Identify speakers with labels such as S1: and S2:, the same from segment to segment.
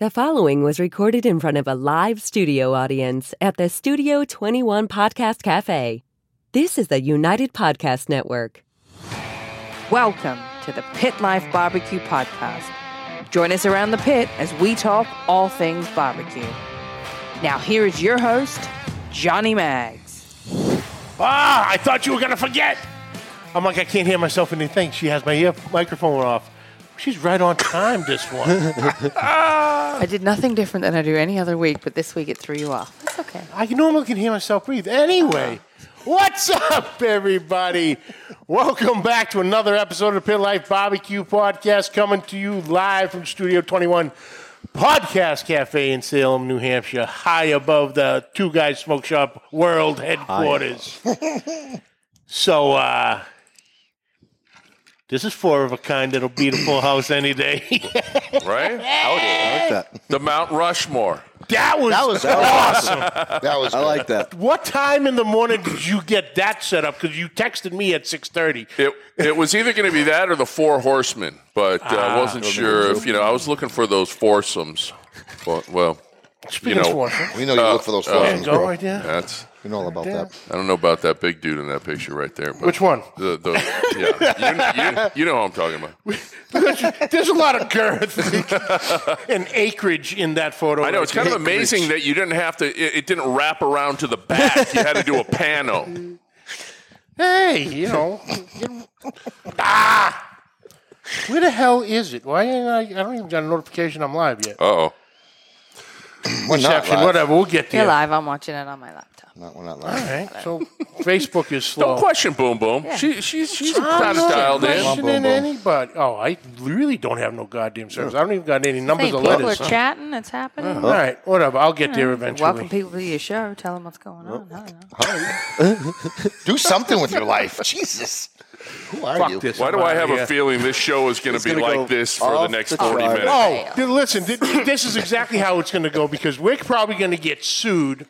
S1: The following was recorded in front of a live studio audience at the Studio 21 Podcast Cafe. This is the United Podcast Network.
S2: Welcome to the Pit Life Barbecue Podcast. Join us around the pit as we talk all things barbecue. Now, here is your host, Johnny Maggs.
S3: Ah, I thought you were going to forget. I'm like, I can't hear myself in the thing. She has my ear microphone off. She's right on time this one.
S2: I did nothing different than I do any other week, but this week it threw you off. That's okay.
S3: I normally can hear myself breathe. Anyway, what's up, everybody? Welcome back to another episode of the Pit Life Barbecue Podcast coming to you live from Studio 21 Podcast Cafe in Salem, New Hampshire, high above the Two Guys Smoke Shop world headquarters. so, uh, this is four of a kind that'll beat a full house any day.
S4: right?
S5: that.
S4: The Mount Rushmore.
S3: that was,
S5: was-
S3: awesome.
S5: That was. I like that.
S3: What time in the morning did you get that set up? Because you texted me at six thirty.
S4: It, it was either going to be that or the Four Horsemen, but uh, I wasn't sure if you know. I was looking for those foursomes. Well, well
S3: Speaking
S4: know,
S3: of water,
S5: We know you look for those
S3: there
S5: phones,
S3: you Uh, go
S5: bro.
S3: right there.
S4: that's
S5: We know all about that.
S4: I don't know about that big dude in that picture right there. But
S3: Which one?
S4: The, the yeah, you, you, you know who I'm talking about.
S3: There's a lot of girth and acreage in that photo.
S4: I know it's kind of amazing that you didn't have to. It, it didn't wrap around to the back. You had to do a pano.
S3: Hey, you know, ah, where the hell is it? Why ain't I? I don't even got a notification I'm live yet.
S4: Oh,
S5: We're not
S3: Exception,
S5: live.
S3: whatever. We'll get
S2: You're
S3: there.
S2: live. I'm watching it on my laptop.
S5: Not, we're not
S3: All
S5: live.
S3: right. So Facebook is slow.
S4: don't question Boom Boom. She she's she's a
S3: I'm
S5: Oh,
S4: crowd
S3: not
S4: styled in.
S3: questioning
S5: Boom, boom, boom.
S3: anybody. Oh, I really don't have no goddamn service. I don't even got any numbers
S2: Hey,
S3: or
S2: people are
S3: letters.
S2: chatting. It's happening.
S3: All right, whatever. I'll get there eventually.
S2: Welcome people to your show. Tell them what's going on. I don't know.
S5: Do something with your life, Jesus. Who are you?
S4: Why do I have
S3: Yeah.
S4: a feeling this show is going to be
S5: gonna go
S4: like this for the
S5: off
S4: next
S5: the
S4: 40
S5: chart.
S4: minutes?
S3: Oh, th- listen, th- this is exactly how it's going to go because we're probably going to get sued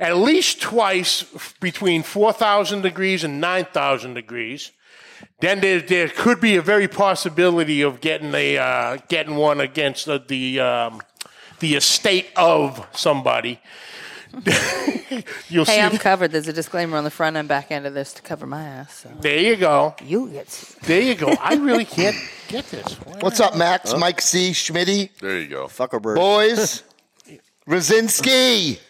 S3: at least twice f- between 4,000 degrees and 9,000 degrees. Then there, there could be a very possibility of getting a uh, getting one against the the, um, the estate of somebody. You'll
S2: Hey,
S3: see.
S2: I'm covered. There's a disclaimer on the front and back end of this to cover my ass. So
S3: there you go.
S2: you get to
S3: There you go. I really can't get this. Why
S5: What's up, Max? Mike C. Schmitty,
S4: There you go.
S6: Zuckerberg.
S5: boys. Rosinski.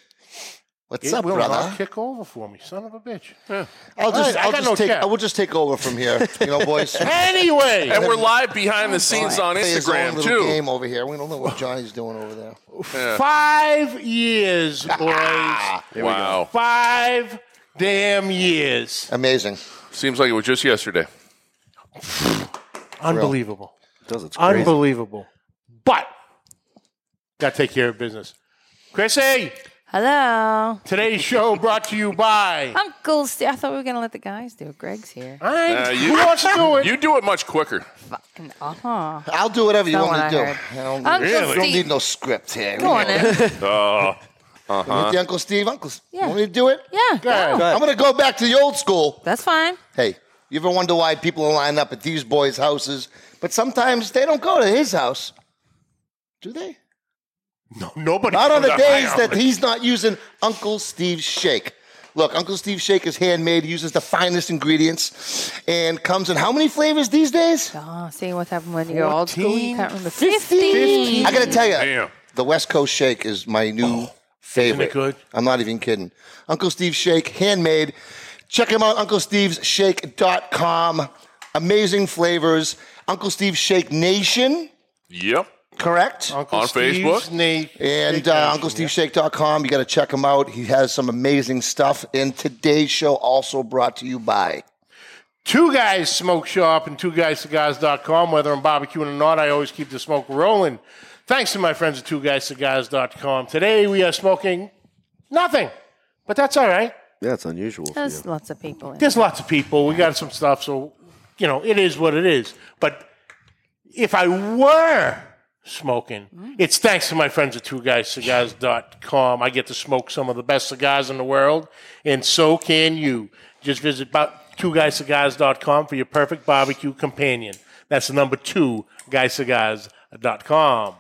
S5: What's
S3: It
S5: up,
S3: will
S5: brother?
S3: not kick over for me, son of a bitch.
S5: I'll
S3: All right,
S5: just,
S3: I
S5: I'll
S3: got
S5: just
S3: no
S5: take,
S3: cap.
S5: I will just take over from here. You know, boys.
S3: Anyway,
S4: And we're live behind the scenes on
S5: Oh, Play his own
S4: Instagram
S5: little
S4: too.
S5: game over here. We don't know what Johnny's doing over there.
S3: Five years, boys.
S4: Wow.
S3: Five damn years.
S5: Amazing.
S4: Seems like it was just yesterday.
S3: Unbelievable.
S6: Does it's crazy.
S3: Unbelievable. But, got to take care of business. Chrissy,
S2: hello,
S3: today's show brought to you by.
S2: Uncle Steve. I thought we were gonna let the guys do it. Greg's here.
S3: All right,
S4: Uh,
S3: who wants to do it?
S4: You do it much quicker.
S2: Fucking uh-huh.
S5: I'll do whatever you
S2: Not
S5: want
S2: what
S5: me
S2: I
S5: to do.
S2: heard.
S5: I don't,
S2: Uncle
S5: we don't
S2: Steve.
S5: need no script here.
S2: Go on in.
S4: Uh,
S5: With Uncle Steve. Uncle Steve.
S2: Yeah.
S5: You want me to do it?
S2: Yeah.
S3: ahead.
S2: Go.
S5: I'm going to go back to the old school.
S2: That's fine.
S5: Hey, you ever wonder why people line up at these boys' houses? But sometimes they don't go to his house, do they?
S3: No, nobody.
S5: Not on the
S3: No,
S5: days
S3: I-
S5: that he's not using Uncle Steve's shake. Look, Uncle Steve's shake is handmade, uses the finest ingredients, and comes in how many flavors these days?
S2: Oh, seeing what's happened when you're old school, you can't remember.
S5: 15. I gotta tell you,
S4: Damn.
S5: the West Coast shake is my new favorite.
S3: Oh. it good?
S5: I'm not even kidding. Uncle Steve's shake, handmade. Check him out, UncleSteve'sShake.com. Amazing flavors. Uncle Steve's Shake Nation,
S4: Yep.
S5: correct?
S3: Uncle
S4: On
S3: Steve's
S4: Facebook?
S3: Name.
S5: And uh, UncleSteveShake.com. You got to check him out. He has some amazing stuff. And today's show also brought to you by.
S3: Two Guys Smoke Shop and Two twoguyscigars.com. Whether I'm barbecuing or not, I always keep the smoke rolling. Thanks to my friends at Two twoguyscigars.com. Today we are smoking nothing, but that's all right.
S6: Yeah, it's unusual. For you.
S2: There's lots of people. In.
S3: There's lots of people. We got some stuff, so, you know, it is what it is. But if I were smoking, it's thanks to my friends at Two twoguyscigars.com. I get to smoke some of the best cigars in the world, and so can you. Just visit bo- twoguyscigars.com for your perfect barbecue companion. That's the number two, guyscigars.com.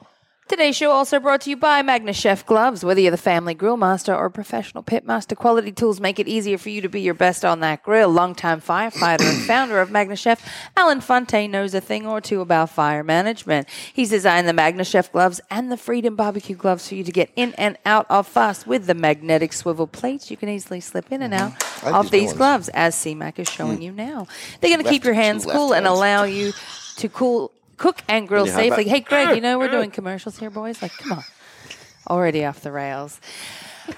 S2: Today's show also brought to you by Magna Chef Gloves. Whether you're the family grill master or professional pit master, quality tools make it easier for you to be your best on that grill. Longtime firefighter and founder of Magna Chef, Alan Fontaine knows a thing or two about fire management. He's designed the Magna Chef gloves and the Freedom Barbecue gloves for you to get in and out of fast with the magnetic swivel plates. You can easily slip in and out
S5: Mm-hmm. like
S2: of these
S5: these ones. Mm.
S2: gloves, as CMAC is showing you now. They're going to keep
S5: Left-
S2: your hands
S5: left
S2: cool and
S5: hands.
S2: allow you to cool. Cook and grill
S6: Yeah, how
S2: safely.
S6: about-
S2: Hey, Greg, you know we're doing commercials here, boys. Like, come on. Already off the rails.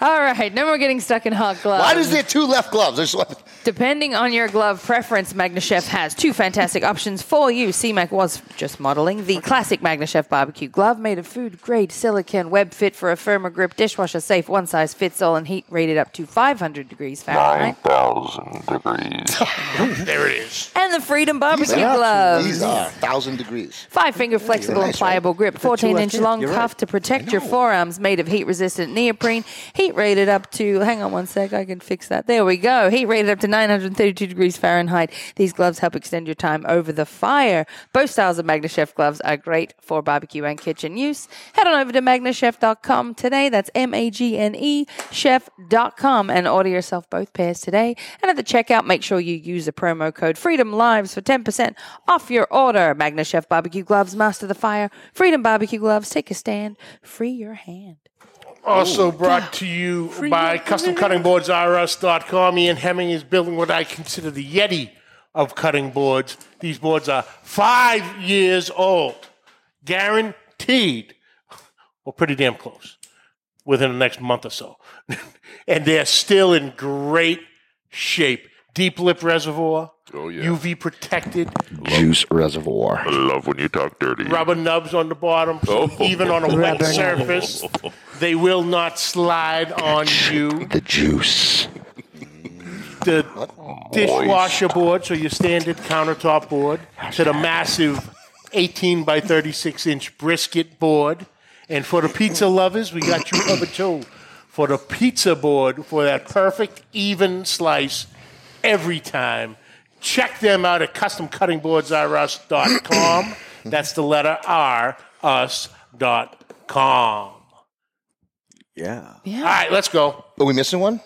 S2: All right, now we're getting stuck in hot gloves.
S5: Why does there two left gloves? I just want-
S2: Depending on your glove preference, MagnaChef has two fantastic options for you. CMAC was just modeling the classic MagnaChef barbecue glove made of food grade silicone, web fit for a firmer grip, dishwasher safe, one size fits all, and heat rated up to 500 degrees Fahrenheit.
S7: 9,000 degrees.
S3: There it is.
S2: And the Freedom barbecue
S5: These are-
S2: gloves.
S5: These are thousand degrees.
S2: Five finger flexible and
S5: right, right?
S2: pliable grip, 14 inch
S6: left-handed,
S2: long
S6: you're
S2: cuff
S6: right.
S2: to protect your forearms, made of heat resistant neoprene, heat rated up to, hang on one sec, I can fix that. There we go. Heat rated up to 932 degrees Fahrenheit. These gloves help extend your time over the fire. Both styles of MagnaChef gloves are great for barbecue and kitchen use. Head on over to magnachef.com today. That's M A G N E chef.com and order yourself both pairs today. And at the checkout, make sure you use the promo code Freedom Lives for 10% off your order. Magna Chef Barbecue Gloves, Master the Fire, Freedom Barbecue Gloves, take a stand, free your hand.
S3: Also brought to you by Custom Cutting Boards RS.com. Ian Hemming is building what I consider the Yeti of cutting boards. These boards are five years old, guaranteed, or pretty damn close, within the next month or so. and they're still in great shape. Deep lip reservoir,
S4: Oh, yeah.
S3: UV protected,
S5: Juice reservoir.
S7: I love when you talk dirty.
S3: rubber nubs on the bottom, so
S4: Oh.
S3: even on a wet surface, they will not slide on you.
S5: The juice.
S3: the dishwasher board, so your standard countertop board, to the massive 18 by 36 inch brisket board. And for the pizza lovers, we got you covered too. For the pizza board, for that perfect, even slice every time. Check them out at customcuttingboardsrus.com. That's the letter R, us dot com.
S6: Yeah.
S3: All right, let's go.
S5: Are we missing one?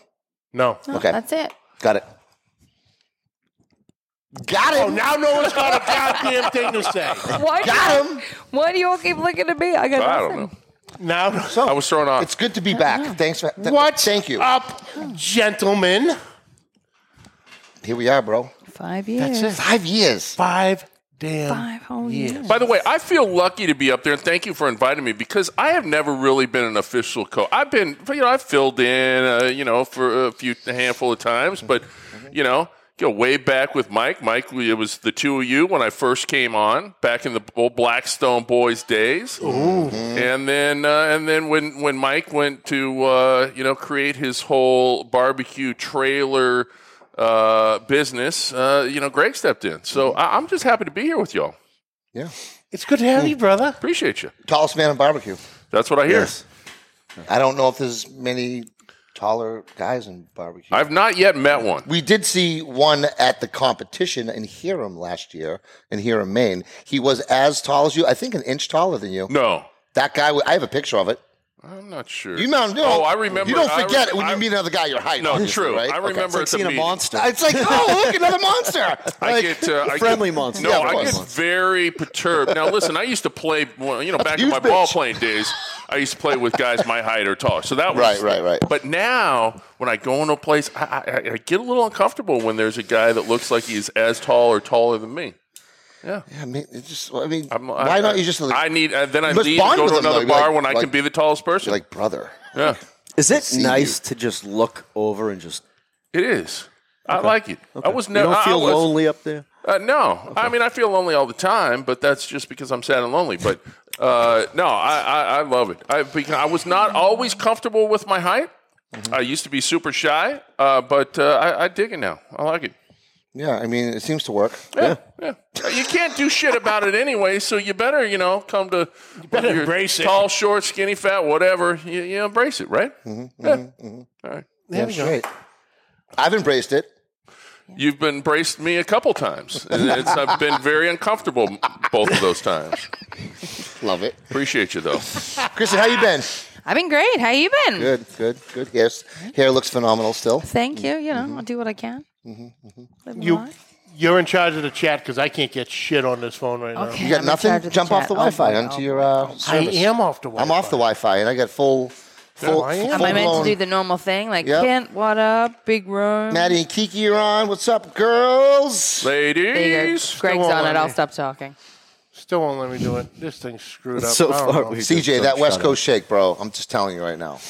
S3: No.
S5: Okay.
S2: That's it.
S5: Got it. Got
S3: Oh,
S5: him.
S3: now no one's got a goddamn thing to say.
S2: Why,
S5: Got him.
S2: why do you all keep looking at me? I got
S4: I
S2: nothing.
S4: don't know.
S3: Now,
S4: I was thrown off.
S5: It's good to be back. Thanks for th-
S3: What's
S5: Thank you.
S3: up, gentlemen?
S5: Here we are, bro.
S2: Five years.
S5: Five years.
S3: Five damn.
S2: Five whole years.
S4: By the way, I feel lucky to be up there, and thank you for inviting me because I have never really been an official coach. I've been, you know, I've filled in, uh, you know, for a few a handful of times, but you know, go way back with Mike. Mike, we- it was the two of you when I first came on back in the old Blackstone boys days, and then uh, and then when when Mike went to uh, you know create his whole barbecue trailer. Uh, business, uh, you know, Greg stepped in, so I- I'm just happy to be here with y'all.
S5: Yeah.
S3: It's good to have you, brother.
S4: Appreciate you.
S5: Tallest man in barbecue.
S4: That's what I hear.
S5: I don't know if there's many taller guys in barbecue.
S4: I've not yet met one.
S5: we did see one at the competition in Hiram last year in Hiram, Maine. He was as tall as you. I think an inch taller than you.
S4: No,
S5: That guy. wa- I have a picture of it.
S4: I'm not sure.
S5: You know. you know-
S4: Oh, I remember.
S5: You don't
S4: I
S5: forget
S4: re-
S5: it when you
S4: I-
S5: meet another guy your height.
S4: No,
S5: obviously,
S4: true.
S5: Right?
S4: I
S5: Okay.
S4: remember
S6: It's
S4: at the
S6: like seeing a
S4: meeting.
S6: monster.
S5: It's like, oh, look, another monster.
S4: I
S5: Like,
S4: get uh, I
S6: friendly
S4: get,
S6: monster.
S4: No,
S5: Yeah,
S4: I
S5: friendly
S4: get
S5: monster.
S4: very perturbed. Now, listen, I used to play. Well, you know, back in
S5: huge
S4: my
S5: bitch.
S4: ball playing days, I used to play with guys my height or taller. So that was
S5: Right, right, right.
S4: But now, when I go into a place, I, I, I- I get a little uncomfortable when there's a guy that looks like he's as tall or taller than me.
S5: I mean, it's just. I mean,
S4: I'm-
S5: why
S4: I,
S5: don't you just? Like,
S4: I need. Uh, then I
S5: You must
S4: leave and
S5: bond
S4: go
S5: with
S4: to
S5: him, though.
S4: another
S5: You'd be
S4: bar
S5: like-
S4: when I
S5: like-
S4: can be the tallest
S5: You're
S4: person.
S5: like brother.
S4: yeah,
S6: Is it
S5: See
S6: nice to just look over and just?
S4: it is. I like it. I was
S6: You
S4: never.
S6: don't feel
S4: I was,
S6: lonely up there.
S4: Uh, no, I mean I feel lonely all the time, but that's just because I'm sad and lonely. But uh, no, I, I, I love it. I because I was not always comfortable with my height. I used to be super shy, uh, but uh, I, I dig it now. I like it.
S5: Yeah, I mean, it seems to work.
S4: Yeah, yeah. You can't do shit about it anyway, so you better you know come to you
S3: better embrace it.
S4: Tall, short, skinny, fat, whatever. You, you embrace it, right? Yeah. All right.
S5: yeah, straight. I've embraced it.
S4: You've been braced me a couple times. And it's, I've been very uncomfortable both of those times.
S5: Love it.
S4: Appreciate you, though.
S5: Kristen, how you been?
S2: I've been great. How you been?
S5: Good, good, good. Yes, hair looks phenomenal still.
S2: Thank you. You know,
S5: Mm-hmm.
S2: I'll do what I can. Live my
S3: You,
S2: life.
S3: you're in charge of the chat because I can't get shit on this phone right
S2: Okay.
S5: You got
S2: I'm in charge
S5: nothing?
S2: of the
S5: Jump off
S2: chat.
S5: the
S2: Oh,
S5: Wi-Fi
S2: boy.
S5: onto your uh,
S3: now. I
S5: service.
S3: am off the Wi-Fi.
S5: I'm off the Wi-Fi, and I got full, full,
S3: I am.
S5: full
S2: Am I meant to
S5: blown-
S2: do the normal thing? Like
S5: Yep.
S2: Kent, what up? Big room.
S5: Maddie and Kiki are on. What's up, girls?
S2: There you go.
S4: Ladies.
S2: Greg's
S3: won't
S2: on
S3: let
S2: it. I'll
S3: me.
S2: stop talking.
S3: Still won't let me do it. This thing's screwed up.
S6: So
S3: I don't
S6: far
S3: know.
S6: we-
S5: CJ,
S6: Don't
S5: that West
S6: shut
S5: Coast shake, bro. I'm just telling you right now.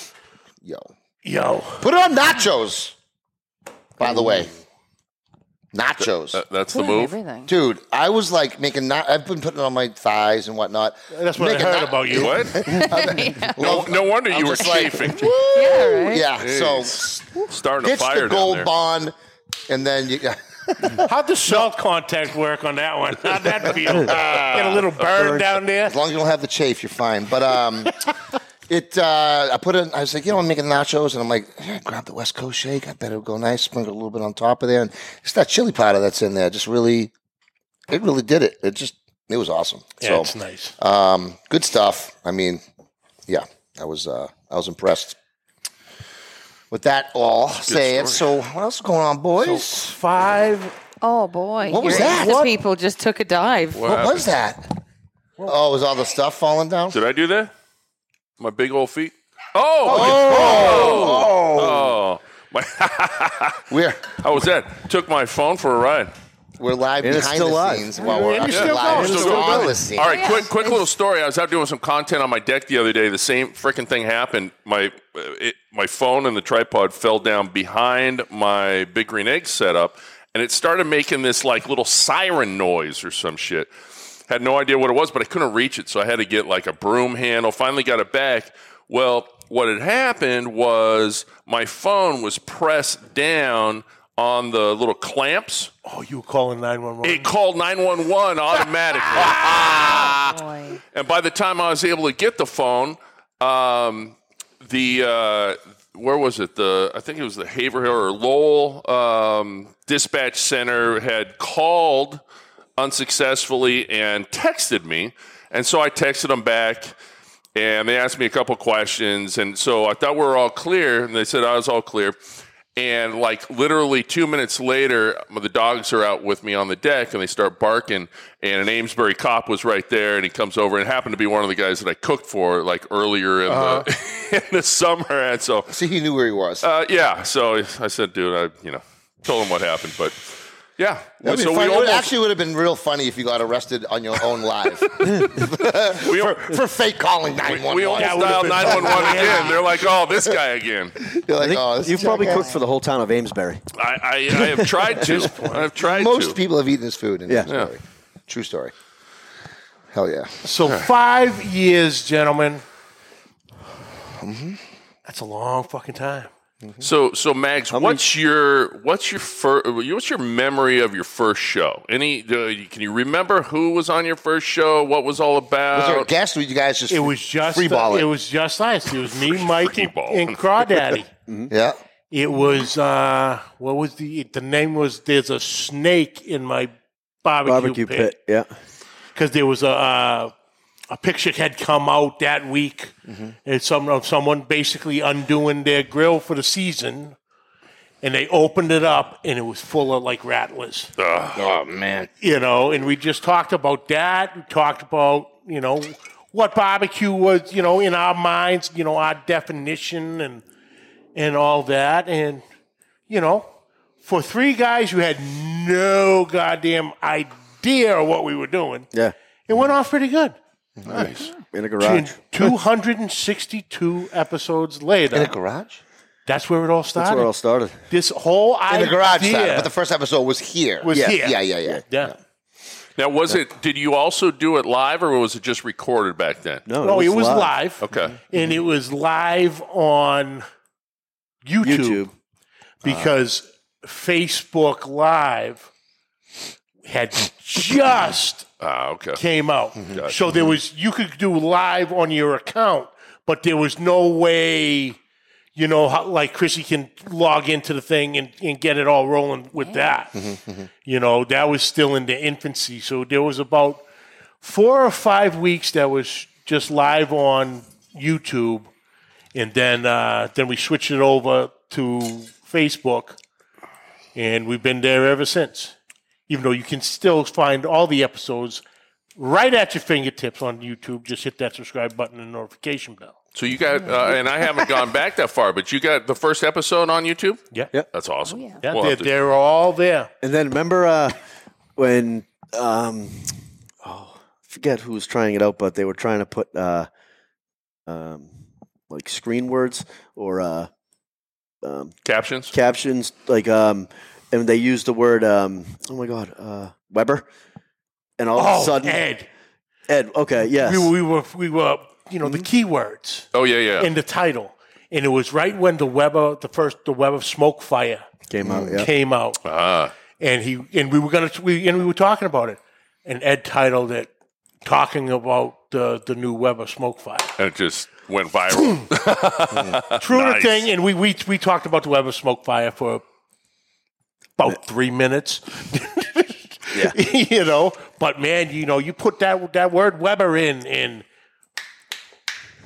S5: Yo,
S3: Yo,
S5: put it on nachos. By the way, nachos.
S4: That- uh, that's the
S2: Doing
S4: move.
S2: Everything.
S5: Dude, I was like making. Na- I've been putting it on my thighs and whatnot.
S3: that's what
S5: Making
S3: I heard
S5: na-
S3: about you.
S4: What? No, no wonder you were
S5: just like-
S4: chafing.
S2: Yeah, right.
S5: Yeah. So
S4: Starting a
S5: ditch
S4: fire
S5: the
S4: down
S5: gold
S4: there.
S5: bond, and then you.
S3: How'd the salt contact work on that one? How'd that feel? Get a little burn down there.
S5: As long as you don't have the chafe, you're fine. But um, it, uh, I put it. I was like, you know, I'm making nachos, and I'm like, eh, grab the West Coast shake. I bet it'll go nice. Sprinkle a little bit on top of there, and it's that chili powder that's in there. Just really, it really did it. It just, it was awesome.
S3: Yeah, it's
S5: so,
S3: nice.
S5: um, good stuff. I mean, yeah, I was, uh, I was impressed. With that all said, so what else is going on, boys?
S3: Five.
S2: Oh boy.
S5: What was
S2: Your
S5: that?
S2: Insta
S5: What?
S2: people just took a dive.
S4: What
S5: what
S4: happened?
S5: was that? Oh, was all the stuff falling down?
S4: Did I do that? My big old feet. Oh,
S5: Oh,
S4: oh. My,
S5: we're
S4: how was that? Took my phone for a ride.
S5: We're live
S6: And it's
S5: behind
S6: still
S5: the
S6: live.
S5: scenes while we're
S3: And you're still
S5: live.
S3: going. Still
S5: Still
S3: going.
S5: on the scene.
S4: All right, quick, quick little story. I was out doing some content on my deck the other day. The same freaking thing happened. My uh, it, my phone and the tripod fell down behind my big green egg setup, and it started making this like little siren noise or some shit. Had no idea what it was, but I couldn't reach it, so I had to get like a broom handle. Finally, got it back. Well, what had happened was my phone was pressed down on the little clamps.
S3: Oh, you were calling nine one one.
S4: It called nine one one automatically.
S2: Boy.
S4: And by the time I was able to get the phone, um, the uh, where was it? The I think it was the Haverhill or Lowell um, dispatch center had called unsuccessfully and texted me, and so I texted them back. And they asked me a couple questions, and so I thought we were all clear, and they said I was all clear. And like literally two minutes later, the dogs are out with me on the deck and they start barking. And an Amesbury cop was right there and he comes over and happened to be one of the guys that I cooked for like earlier in,
S5: Uh-huh.
S4: the, in the summer. And so,
S5: See, he knew where he was.
S4: uh, yeah, so I said, dude, I, you know, told him what happened. But yeah,
S5: That'd be
S4: so
S5: funny.
S4: we
S5: It would-
S4: almost,
S5: actually would have been real funny if you got arrested on your own live
S4: we,
S5: for fake calling
S4: we
S5: 911.
S4: almost
S3: would've
S4: dialed
S3: been
S4: 911 again. They're like, oh, this guy again.
S5: You're like,
S6: I think
S5: oh, this
S6: you've probably
S5: jackass.
S6: cooked for the whole town of Amesbury.
S4: I, I, I have tried to. I've tried
S5: Most
S4: to.
S5: people have eaten his food. In
S6: Yeah.
S5: yeah. Story. True story. Hell yeah.
S3: So five years, gentlemen. Mm-hmm. That's a long fucking time.
S4: So, so Mags,
S6: many-
S4: what's your what's your fir- what's your memory of your first show? Any uh, can you remember who was on your first show? What was all
S5: Was there a
S4: about?
S5: guest or you guys just
S3: It was just
S5: free ball it?
S3: It was just us. It was me, Mike, and,
S4: freeball.
S3: and Crawdaddy.
S5: yeah.
S3: it was uh, what was the the name was? There's a snake in my barbecue,
S6: Barbecue pit. Yeah.
S3: because there was a uh, a picture had come out that week, and some of someone basically undoing their grill for the season, and they opened it up, and it was full of like rattlers.
S5: Oh man.
S3: you know, and we just talked about that. We talked about, you know, what barbecue was, you know, in our minds, you know, our definition and and all that. And, you know, for three guys who had no goddamn idea what we were doing,
S6: Yeah.
S3: it went off pretty good.
S6: In a
S3: And
S6: garage.
S3: 262 episodes
S5: In a
S3: later,
S5: garage?
S3: that's where it all started.
S6: That's where it all started.
S3: this whole
S5: In
S3: idea
S5: the garage side. But the first episode was here.
S3: Was
S5: yeah.
S3: here.
S5: Yeah, yeah, yeah.
S3: yeah.
S4: now, was it? Did you also do it live, or was it just recorded back then?
S6: No.
S5: Oh,
S3: No, Mm-hmm. it was live.
S4: Okay.
S3: and it was live on YouTube,
S6: YouTube. Uh-huh.
S3: because Facebook Live had just
S4: Ah, okay.
S3: came out. So there was you could do live on your account, but there was no way you know, how, like Chrissy can log into the thing and, and get it all rolling with that. You know, that was still in the infancy. So there was about four or five weeks that was just live on YouTube. And then, uh, then we switched it over to Facebook. And we've been there ever since. Even though you can still find all the episodes right at your fingertips on YouTube, just hit that subscribe button and notification bell.
S4: So you got, uh, and I haven't gone back that far, but you got the first episode on YouTube.
S3: Yeah.
S6: Yeah.
S4: That's awesome.
S3: Yeah,
S4: We'll
S3: they're,
S4: have to-
S3: they're all there.
S6: And then remember uh, when um, oh, I forget who was trying it out, but they were trying to put uh, um, like screen words or uh,
S4: captions.
S6: captions, like um, and they used the word um, oh my god, uh, Weber, and all of a
S3: Oh,
S6: sudden
S3: Ed,
S6: Ed, okay, yes, Mm-hmm.
S3: we, we were we were you know the keywords
S4: oh yeah, yeah.
S3: in the title, and it was right when the web of the first the web of smoke fire
S6: came out, yeah.
S3: came out,
S4: ah,
S3: and he and we were gonna we and we were talking about it, and Ed titled it talking about the the new web of smoke fire.
S4: and it just went viral.
S3: True to
S4: Nice.
S3: thing, and we we we talked about the web of smoke fire for about three minutes.
S6: Yeah.
S3: you know, but man, you know, you put that that word Weber in, and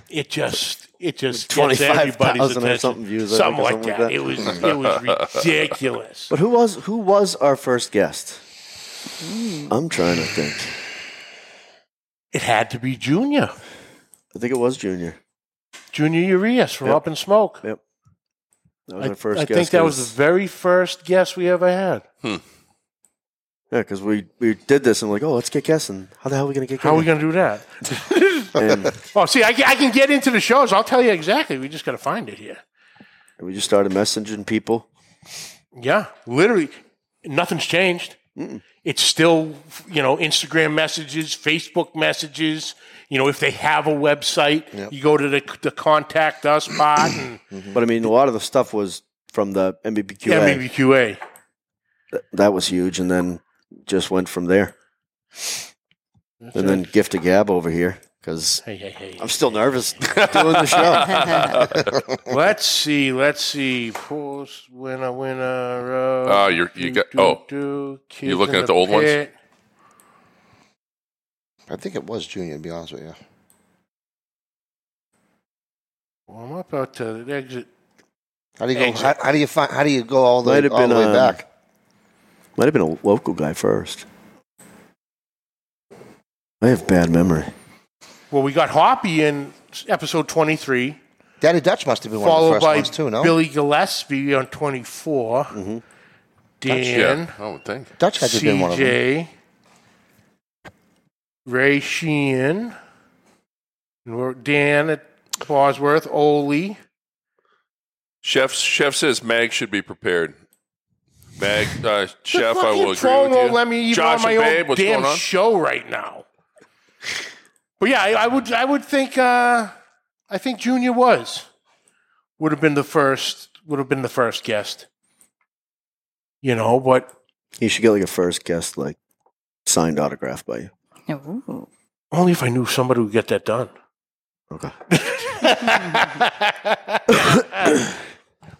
S3: it just it just gets
S6: 25,000
S3: everybody's
S6: or
S3: attention.
S6: something views, I
S3: something
S6: think, or
S3: like
S6: something
S3: that.
S6: like that.
S3: It was it was ridiculous.
S6: But who was who was our first guest? I'm trying to think.
S3: It had to be Junior,
S6: I think it was Junior.
S3: Junior Urias from
S6: Yep.
S3: Up in Smoke.
S6: Yep. That was
S3: I,
S6: our first
S3: I
S6: guest.
S3: think that was the very first guest we ever had.
S6: Yeah, because we, we did this and we're like, oh, let's get guests. And how the hell are we going to get guests?
S3: How are we going to do that?
S6: and
S3: Oh, see, I, I can get into the shows. I'll tell you exactly. We just got to find it here.
S6: we just started messaging people.
S3: Yeah, literally, nothing's changed. It's still, you know, Instagram messages, Facebook messages. You know, if they have a website, you go to the, the contact us part and
S6: But I mean, a lot of the stuff was from the MBBQA.
S3: MBQA.
S6: Th- That was huge. And then just went from there. and then gift a gab over here because
S3: Hey, hey, hey.
S6: I'm still nervous doing the show.
S3: let's see. Let's see. Pulse, winner, winner. Oh,
S4: Ah, you're- you got- oh. You're looking at the old ones?
S5: I think it was Junior, to be honest with you.
S3: Well, I'm about to exit.
S5: How do you go?
S3: Exit.
S5: How, how do you find? How do you go all the,
S6: Might have
S5: all
S6: been,
S5: the way
S6: um,
S5: back?
S6: Might have been a local guy first. I have bad memory.
S3: Well, we got Hoppy in episode 23.
S5: Daddy Dutch must have been one of the
S3: followed
S5: first
S3: by
S5: ones too. No, Mm-hmm.
S3: Billy Gillespie on 24. Dan,
S4: yeah, Oh, I would think.
S5: Dutch had to have been one of them.
S3: CJ, Ray Sheehan, and we're- Dan at Bosworth, Ole.
S4: Chef Chef says Mag should be prepared. Mag uh,
S3: The
S4: Chef, I
S3: fucking
S4: will agree
S3: phone
S4: with
S3: won't
S4: you.
S3: let me even
S4: Josh
S3: on my
S4: and
S3: own
S4: Babe, what's
S3: damn
S4: going on?
S3: show right now. But yeah, I, I would, I would think, uh, I think Junior was would have been the first, would have been the first guest. You know, but
S6: You should get like a first guest, like signed autograph by you.
S8: Ooh.
S3: Only if I knew somebody would get that done.
S6: Okay.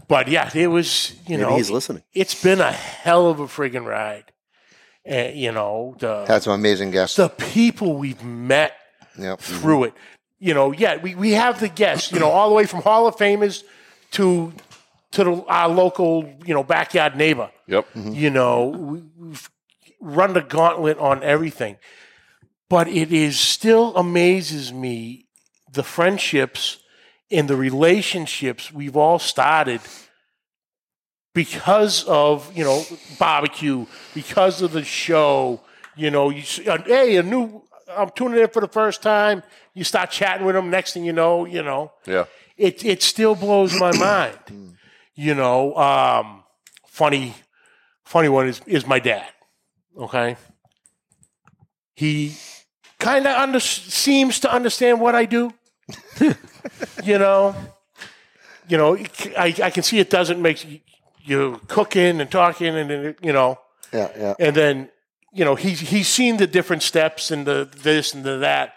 S3: But yeah, it was you
S6: Maybe
S3: know
S6: he's listening.
S3: it's been a hell of a friggin' ride. And you know the
S5: Had some amazing guests.
S3: the people we've met
S5: Yep.
S3: through it. You know, yeah, we, we have the guests. You know, all the way from Hall of Famers to to the, our local you know backyard neighbor.
S4: Yep.
S3: You know, we, we've run the gauntlet on everything. But it is still amazes me the friendships and the relationships we've all started because of, you know, barbecue, because of the show. You know, you s- uh, hey, a new I'm tuning in for the first time. You start chatting with them. Next thing you know, you know,
S4: Yeah.
S3: it it still blows my mind. You know, um, funny funny one is is my dad. Okay, he kind of under, seems to understand what I do. you know, you know, I I can see it doesn't make you cooking and talking and, and you know
S5: Yeah, yeah.
S3: and then you know he's he's seen the different steps and the this and the that.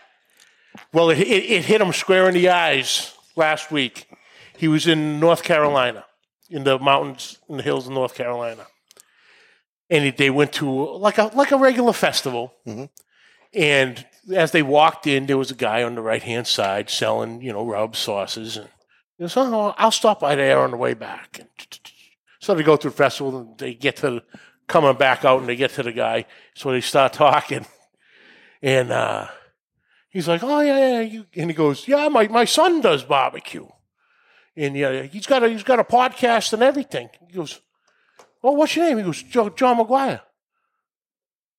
S3: Well, it, it, it hit him square in the eyes last week. He was in North Carolina, in the mountains, in the hills of North Carolina, and it, they went to like a like a regular festival.
S5: Mhm.
S3: And as they walked in, there was a guy on the right hand side selling, you know, rub sauces, and he goes, "Oh, I'll stop by there on the way back." So they go through the festival, and they get to coming back out, and they get to the guy. So they start talking, and. uh He's like, oh yeah, yeah. You, and he goes, yeah, my, my son does barbecue, and yeah, he's got a he's got a podcast and everything. He goes, oh, what's your name? He goes, jo- John McGuire.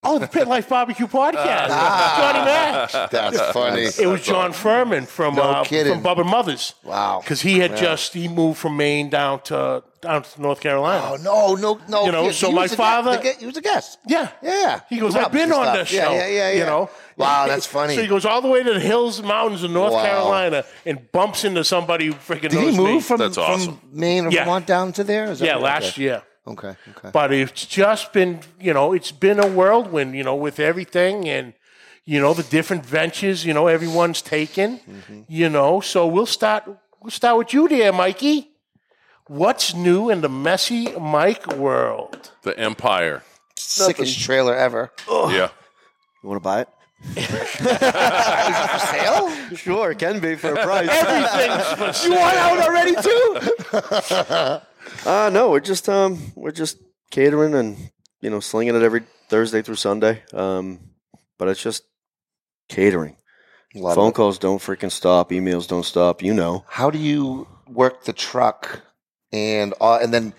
S3: Oh, the Pit Life Barbecue Podcast,
S5: Ah.
S3: Johnny Max.
S5: That's funny.
S3: It was John Furman from
S5: No
S3: uh,
S5: kidding.
S3: from Bubba Mothers
S5: Wow.
S3: because he had just he moved from Maine down to down to North Carolina.
S5: Oh no, no, no.
S3: You know,
S5: He-
S3: so
S5: he
S3: my
S5: was a gu-
S3: father-
S5: the gu- he was a guest.
S3: Yeah.
S5: Yeah.
S3: He goes,
S5: Rob's
S3: I've been
S5: and
S3: on
S5: stuff.
S3: this
S5: Yeah,
S3: show.
S5: yeah, yeah,
S3: You
S5: yeah.
S3: know?
S5: Wow, that's funny.
S3: So he goes all the way to the hills and mountains of North
S5: Wow.
S3: Carolina and bumps into somebody who freaking
S5: Did he
S3: knows
S5: move
S3: me.
S5: from,
S4: That's
S5: from
S4: awesome.
S5: Maine or
S3: Yeah.
S5: Vermont down to there? Is that
S3: Yeah,
S5: right?
S3: last
S5: Okay.
S3: year.
S5: Okay, okay.
S3: But it's just been, you know, it's been a whirlwind, you know, with everything and, you know, the different ventures, you know, everyone's taken,
S5: Mm-hmm.
S3: you know. So we'll start, we'll start with you there, Mikey. What's new in the messy Mike world?
S4: The Empire.
S5: Sickest trailer ever.
S4: Yeah.
S6: You want to buy it?
S5: For sale?
S6: Sure, it can be for a price.
S3: Everything's for
S5: You
S3: sale.
S5: want out already too?
S6: uh, no, we're just um, we're just catering and you know slinging it every Thursday through Sunday. Um, but it's just catering.
S5: Love
S6: Phone
S5: it.
S6: calls don't freaking stop. Emails don't stop. You know.
S5: How do you work the truck and uh, and then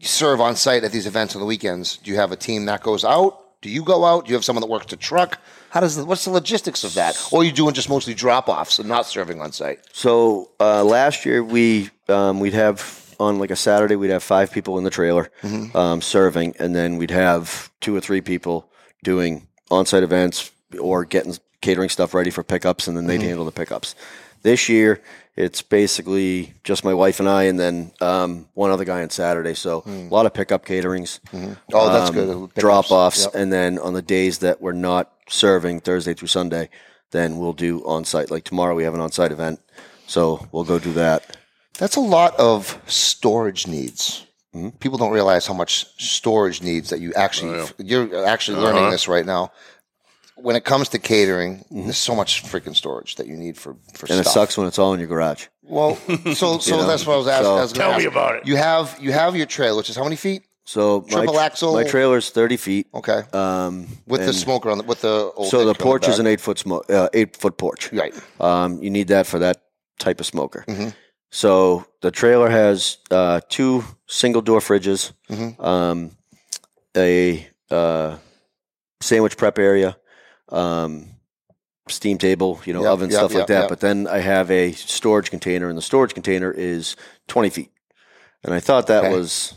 S5: serve on site at these events on the weekends? Do you have a team that goes out? Do you go out? Do you have someone that works the truck? How does the, what's the logistics of that? Or are you doing just mostly drop offs and not serving on site?
S6: So uh, last year we um, we'd have on like a Saturday we'd have five people in the trailer um, serving, and then we'd have two or three people doing on-site events or getting catering stuff ready for pickups, and then they'd handle the pickups. This year it's basically just my wife and I, and then um, one other guy on Saturday. So a lot of pickup caterings,
S5: Oh, that's good. Pickups.
S6: Um, drop-offs,
S5: Yep.
S6: and then on the days that we're not serving Thursday through Sunday, then we'll do on site. Like tomorrow, we have an on site event, so we'll go do that.
S5: That's a lot of storage needs.
S6: Mm-hmm.
S5: People don't realize how much storage needs that you
S6: Oh,
S5: actually you're actually
S6: Uh-huh.
S5: learning this right now. When it comes to catering, there's so much freaking storage that you need for for
S6: Mm-hmm. And
S5: stuff.
S6: it sucks when it's all in your garage.
S5: Well, so so
S6: know,
S5: that's what I was asking.
S6: so-
S5: I was gonna
S3: Tell me
S5: ask.
S3: about it.
S5: You have you have your trailer, which is how many feet?
S6: So my,
S5: Triple
S6: tr-
S5: axle.
S6: my trailer's thirty feet.
S5: Okay,
S6: Um,
S5: with the
S6: and-
S5: smoker on the with the old
S6: so the
S5: thing on
S6: porch is
S5: back.
S6: an eight foot smoke, uh, eight foot porch.
S5: right.
S6: Um, you need that for that type of smoker.
S5: Mhm.
S6: So the trailer has uh, two single door fridges,
S5: Mm-hmm.
S6: um, a uh, sandwich prep area, um, steam table, you know,
S5: Yep,
S6: oven
S5: yep,
S6: stuff
S5: yep,
S6: like that.
S5: yep.
S6: But then I have a storage container, and the storage container is twenty feet. And I thought that
S5: Okay.
S6: was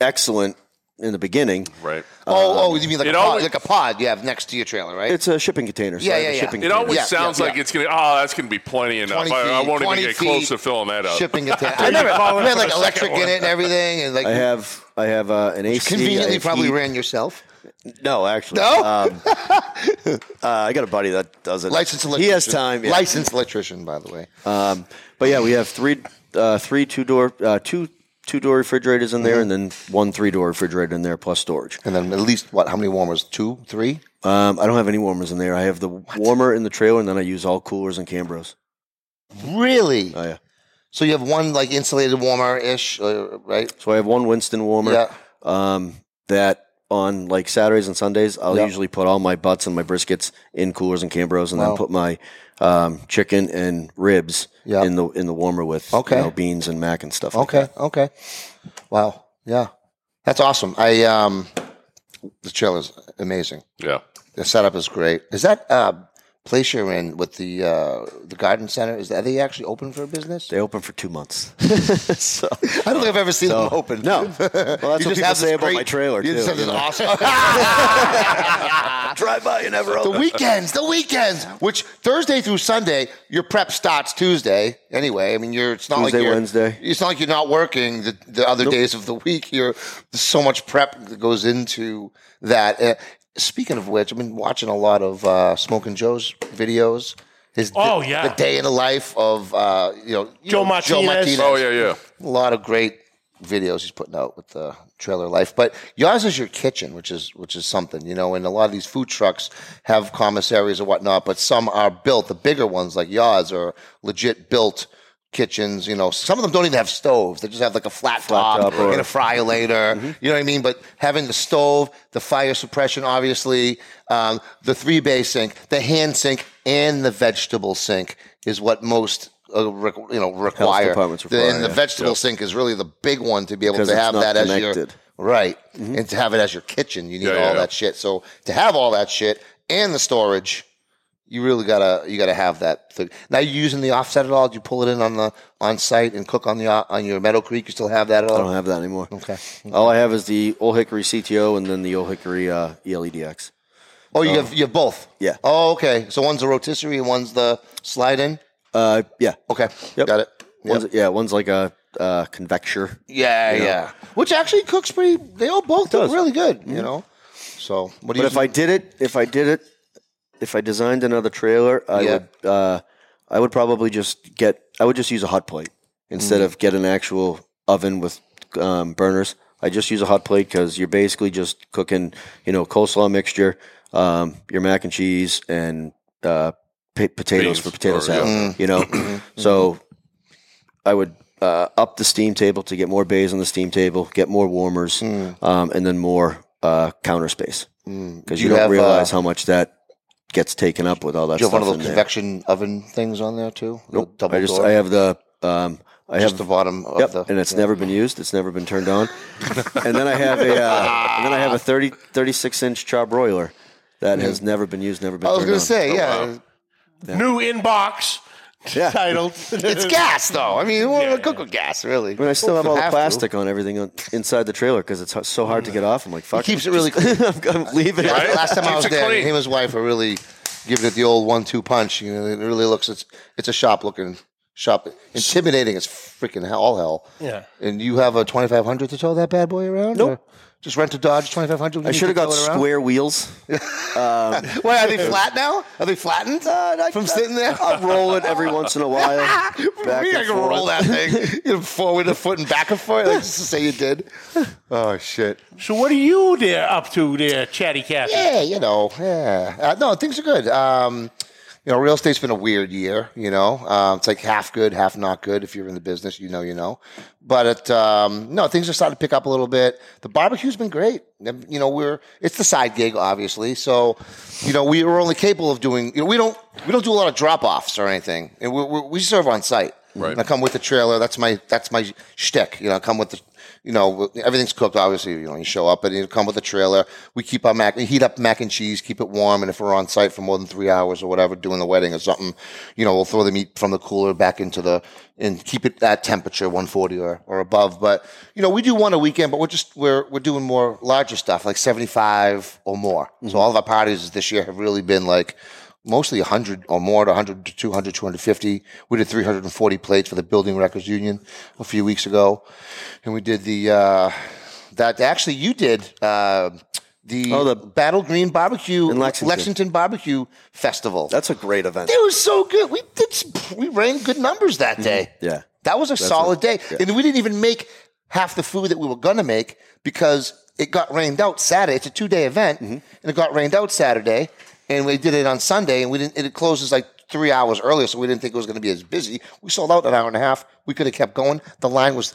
S6: excellent in the beginning.
S4: Right.
S5: oh, oh, you mean like
S4: it
S5: a, pod,
S4: always-
S5: like a pod you have next to your trailer, right?
S6: It's a shipping container. So
S5: Yeah,
S6: I have
S5: yeah,
S6: a
S5: yeah.
S6: shipping
S4: It always
S5: Yeah, yeah,
S4: sounds like
S5: yeah.
S4: it's gonna. Oh, that's gonna be plenty enough.
S5: 20
S4: I, I
S5: feet,
S4: won't even
S5: 20
S4: get close
S5: feet,
S4: to filling that up.
S5: shipping container. I never.
S3: call it
S5: We had
S3: for
S5: like
S3: the second
S5: electric in
S3: one.
S5: it and everything, and like
S6: I have I have uh, an AC. I
S5: conveniently
S6: have
S5: probably
S6: heat.
S5: ran yourself.
S6: No, actually,
S5: No?
S6: Um, uh, I got a buddy that does it.
S5: Licensed
S6: He
S5: electrician.
S6: has time. Yeah.
S5: Licensed electrician, by the way.
S6: Um, but yeah, we have three, uh, three two door, uh, two two door refrigerators in
S5: Mm-hmm.
S6: there, and then one three door refrigerator in there plus storage.
S5: And then at least what? How many warmers? Two, three.
S6: Um, I don't have any warmers in there. I have the warmer in the trailer, and then I use all coolers and Cambros.
S5: Really?
S6: Oh yeah.
S5: So you have one like insulated warmer ish, uh, right?
S6: So I have one Winston warmer.
S5: Yeah.
S6: Um, that on like Saturdays and Sundays, I'll
S5: Yeah.
S6: usually put all my butts and my briskets in coolers and Cambros, and
S5: Wow.
S6: then put my um, chicken and ribs
S5: Yeah.
S6: in the in the warmer with
S5: Okay.
S6: you know, beans and mac and stuff. like
S5: Okay. Okay. Wow. Yeah. That's awesome. I um, the trailer's amazing.
S4: Yeah.
S5: The setup is great. Is that uh place you're in with the uh the garden center? Is that are they actually open for business?
S6: They open for two months. so,
S5: I don't think I've ever seen
S6: so-
S5: them open.
S6: No. Well, that's
S5: You
S6: what
S5: just
S6: people
S5: have
S6: say
S5: this
S6: about
S5: great-
S6: my trailer.
S5: You
S6: too,
S5: just have
S6: you
S5: this
S6: know.
S5: awesome.
S6: Drive by, you never
S5: the
S6: open.
S5: weekends, the weekends. Which Thursday through Sunday, your prep starts Tuesday. Anyway, I mean, you're it's not
S6: Tuesday,
S5: like you're,
S6: Wednesday.
S5: It's not like you're not working the, the other days of the week. You're there's so much prep that goes into that. Uh, speaking of which, I've been watching a lot of uh, Smoking Joe's videos. His
S3: Oh,
S5: the,
S3: yeah.
S5: the day in the life of uh, you know you
S3: Joe
S5: know, Joe
S3: Martinez.
S5: Martinez.
S4: Oh yeah, yeah.
S5: a lot of great videos he's putting out with the trailer life but yours is your kitchen which is which is something you know and a lot of these food trucks have commissaries or whatnot but some are built the bigger ones like yours are legit built kitchens you know some of them don't even have stoves they just have like a flat, top, Mm-hmm.
S6: top or-
S5: and a fryer later you know what i mean but having the stove the fire suppression obviously um, the three bay sink the hand sink and the vegetable sink is what most uh, requ you know require
S6: departments
S5: The-
S6: require,
S5: and the
S6: yeah.
S5: vegetable sink is really the big one to be able
S6: Because
S5: to
S6: it's
S5: have
S6: not
S5: that as your
S6: connected. Mm-hmm.
S5: right and to have it as your kitchen you need
S4: Yeah, yeah,
S5: all
S4: yeah.
S5: that shit so to have all that shit and the storage you really gotta you gotta have that thing now you using the offset at all do you pull it in on the on site and cook on the o- on your meadow creek you still have that at all
S6: I don't have that anymore.
S5: Okay.
S6: All I have is the Old Hickory CTO and then the Old Hickory uh, ELEDX.
S5: oh you have you have both
S6: um, Yeah.
S5: oh okay so one's a rotisserie and one's the slide in
S6: Uh, yeah.
S5: okay
S6: Yep.
S5: got it Yep.
S6: One's, yeah, one's like a uh, convecture.
S5: yeah, yeah which actually cooks pretty they all both look
S6: does. Mm-hmm.
S5: really good you know so what do
S6: But
S5: you
S6: if I did it, if I did it, if I designed another trailer, I
S5: Yeah.
S6: would, uh, I would probably just get, I would just use a hot plate instead
S5: Mm.
S6: of get an actual oven with um, burners. I just use a hot plate because you're basically just cooking, you know, coleslaw mixture, um, your mac and cheese, and uh, p- potatoes
S4: Beans
S6: for potato
S4: or-
S6: salad.
S4: yeah.
S5: Mm.
S6: You know,
S5: Mm-hmm.
S6: so I would uh, up the steam table to get more bays on the steam table, get more warmers, um, and then more uh, counter space because
S5: Hmm. Do
S6: you,
S5: you
S6: don't
S5: have,
S6: realize
S5: uh,
S6: how much that gets taken up with all that
S5: Do you have
S6: stuff.
S5: one of
S6: in
S5: those
S6: there.
S5: convection oven things on there too?
S6: Nope.
S5: Double
S6: I just
S5: door.
S6: I have the um, I
S5: just
S6: have
S5: the bottom of
S6: Yep,
S5: the.
S6: and it's never been used. It's never been turned on. and then I have a uh, and then I have a 30, 36 inch char broiler that has never been used, never been.
S5: Hmm. I was
S6: turned
S5: gonna
S6: on.
S5: say, yeah,
S3: New inbox
S6: Yeah.
S3: titled.
S5: it's gas though. I mean, you want to cook with gas, really.
S6: I mean, I still have all the
S5: Have to.
S6: plastic on everything on, inside the trailer because it's h- so hard to get off. I'm like, fuck.
S5: keeps it
S6: just-
S5: really clean.
S6: I'm, I'm leaving.
S4: Right?
S5: Last time I
S4: Keeps
S5: was
S4: it
S5: there,
S4: clean.
S5: him and his wife are really giving it the old one-two punch. You know, it really looks it's it's a shop looking shop, intimidating as freaking hell, all hell.
S3: Yeah.
S5: And you have a 2500 to tow that bad boy around?
S6: Nope.
S5: Or Just rent a Dodge 2500.
S6: I should have got
S5: square.
S6: square wheels.
S5: Wait, are they flat now? Are they flattened from sitting there?
S6: Uh, I roll it every once in a while. Back
S5: we
S6: and
S5: gotta go roll
S6: forth.
S5: that thing you know, forward a foot and back a foot, like just to say you did. Oh shit!
S3: So what are you there up to there, Chatty Cathy?
S5: Yeah, you know, yeah. Uh, no, things are good. Um, you know, real estate's been a weird year. You know, um, it's like half good, half not good. If you're in the business, you know, you know. But it, um, no, things are starting to pick up a little bit. The barbecue's been great. Um, You know, we're it's the side gig, obviously. So, you know, we are only capable of doing. You know, we don't we don't do a lot of drop offs or anything, and we, we, we serve on site.
S4: Right.
S5: And I come with the trailer. That's my that's my shtick. You know, I come with the, you know, everything's cooked. Obviously, you know, you show up, but you come with the trailer. We keep our mac, we heat up mac and cheese, keep it warm, and if we're on site for more than three hours or whatever, doing the wedding or something, you know, we'll throw the meat from the cooler back into the and keep it at temperature 140 or, or above. But you know, we do one a weekend, but we're just we're we're doing more larger stuff like 75 or more. So all of our parties this year have really been like mostly 100 or more to 100 to 200 250 we did 340 plates for the building records union a few weeks ago and we did the uh, that actually you did uh, the,
S6: Oh, the-
S5: battle green barbecue
S6: In Lexington.
S5: barbecue festival
S6: That's a great event.
S5: it was so good we did some, we ran good numbers that day
S6: Yeah.
S5: that was a solid day and we didn't even make half the food that we were going to make because it got rained out saturday it's a two-day event and it got rained out saturday and we did it on sunday and we didn't it closes like three hours earlier so we didn't think it was going to be as busy we sold out an hour and a half we could have kept going the line was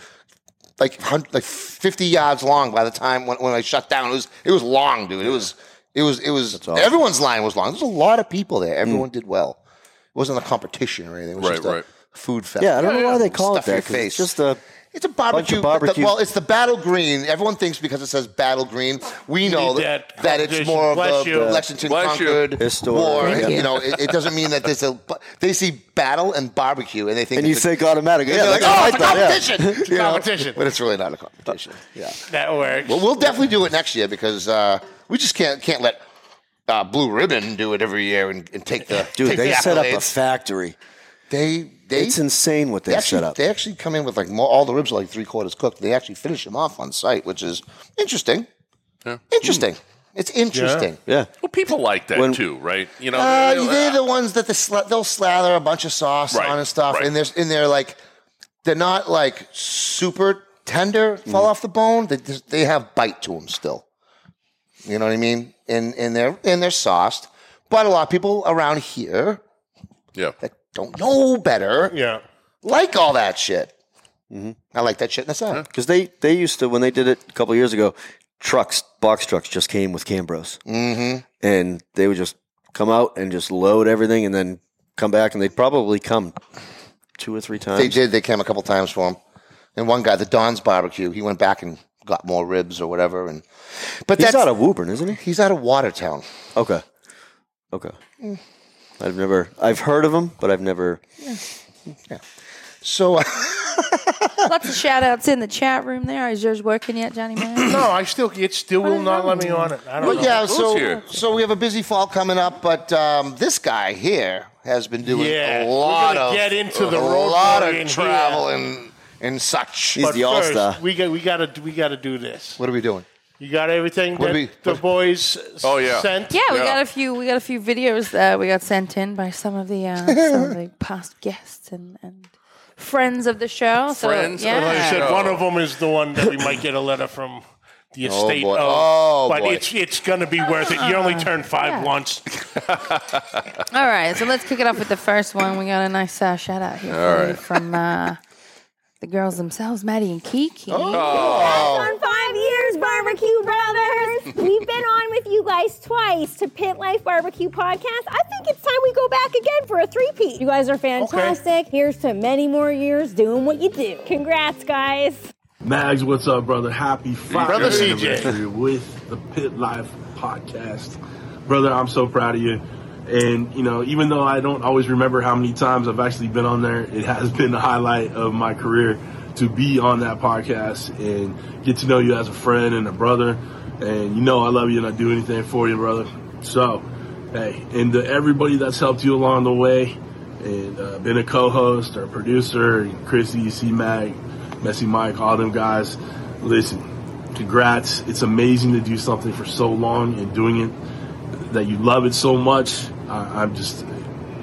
S5: like hun- like 50 yards long by the time when, when I shut down. It was it was long, dude. It was it was it was everyone's line was long. There's a lot of people there.
S6: Mm.
S5: Everyone did well. It wasn't a competition or anything. It was
S4: Right,
S5: just a
S4: right.
S5: food fest.
S6: Yeah, I don't know why they call
S5: Stuff
S6: it that.
S5: your
S6: 'cause It's
S5: face.
S6: just a
S5: It's a barbecue.
S6: Bunch of barbecue.
S5: the- well, it's the battle green. Everyone thinks because it says battle green, we know
S3: need
S5: that,
S3: that
S5: that it's
S3: competition.
S5: more of
S3: Bless
S5: the
S3: you.
S5: Lexington
S4: Bless you.
S5: Concord
S6: Historic.
S5: war.
S6: Yeah.
S5: You know, it, it doesn't mean that there's a. but They see battle and barbecue, and they think.
S6: and you
S5: it's a,
S6: think automatically. Yeah,
S5: they're like,
S6: that's what
S5: oh,
S6: I
S5: it's a
S6: thought, yeah.
S5: competition.
S3: It's a
S5: You know?
S3: competition.
S5: but it's really not a competition. Yeah.
S3: That works.
S5: Well, we'll definitely do it next year because uh, we just can't can't let uh, Blue Ribbon do it every year and, and take the
S6: Dude,
S5: take
S6: they
S5: the
S6: set up a
S5: accolades.
S6: factory.
S5: they they
S6: It's insane what
S5: they
S6: they
S5: actually,
S6: set up.
S5: They actually come in with like more, all the ribs are like three quarters cooked. They actually finish them off on site, which is interesting. Interesting. It's interesting.
S6: Yeah.
S4: Well, people like that
S6: When-
S4: too, right? You know,
S5: Uh,
S4: they-
S5: they're the ones that the sla- they'll slather a bunch of sauce
S4: Right,
S5: on and stuff,
S4: right.
S5: and they're and they're like, they're not like super tender, fall off the bone. They just- they have bite to them still. You know what I mean? And and they're and they're sauced, but a lot of people around here
S4: yeah.
S5: that don't know better
S9: Yeah.
S5: like all that shit. I like that shit in the sun.
S6: Because they, they used to, when they did it a couple years ago, trucks, box trucks just came with Cambros. Mm-hmm. And they would just come out and just load everything and then come back. And they'd probably come two or three times.
S5: They did. They came a couple times for him. And one guy, the Don's Barbecue, he went back and got more ribs or whatever. And but
S6: He's
S5: that's
S6: out of Woburn, isn't he?
S5: he's out of Watertown.
S6: Okay. Okay. I've never, I've heard of him, but I've never.
S5: So
S2: Lots of shout outs in the chat room there. Is yours working yet, Johnny Man?
S9: No, I still it still will not let me on it. I don't
S5: Well,
S9: know.
S5: yeah,
S4: Who's
S5: so
S4: here?
S5: so we have a busy fall coming up, but um, this guy here has been doing
S9: Yeah,
S5: a
S9: we're
S5: lot
S9: gonna
S5: of
S9: get into the
S5: a
S9: road
S5: lot
S9: warrior in
S5: of travel and and such.
S6: He's the all star.
S9: First, we got we got to we got to do this.
S5: what are we doing?
S9: You got everything
S5: What
S9: that
S5: do we-
S9: the
S5: what-
S9: boys
S4: Oh, yeah.
S9: sent.
S2: Yeah, we
S4: Yeah.
S2: got a few. We got a few videos that we got sent in by some of the uh, some of the past guests and, and friends of the show. So,
S4: Friends of
S2: yeah.
S4: the
S9: Like I said
S4: Yeah.
S9: one of them is the one that we might get a letter from the estate
S5: boy.
S9: of.
S5: Oh,
S9: but
S5: boy.
S9: it's it's gonna be worth it. You only turn five
S2: Yeah.
S9: once.
S2: All right, so let's kick it off with the first one. We got a nice uh, shout out here for you from uh, the girls themselves, Maddie and Kiki.
S10: on five years, Barbecue Brothers. We've been on with you guys twice to Pit Life Barbecue Podcast. I think it's time we go back again for a three-peat. You guys are fantastic. Here's to many more years doing what you do. Congrats, guys.
S3: Mags, what's up, brother? Happy
S9: Brother
S3: Father's
S9: CJ.
S3: anniversary with the Pit Life podcast. Brother, I'm so proud of you. And, you know, even though I don't always remember how many times I've actually been on there, it has been the highlight of my career to be on that podcast and get to know you as a friend and a brother. And you know I love you and I do anything for you, brother. So, hey, and to everybody that's helped you along the way, and uh, been a co-host or producer. and Chrissy, C Mag, Messy Mike, all them guys. Listen, congrats! It's amazing to do something for so long and doing it that you love it so much. I, I'm just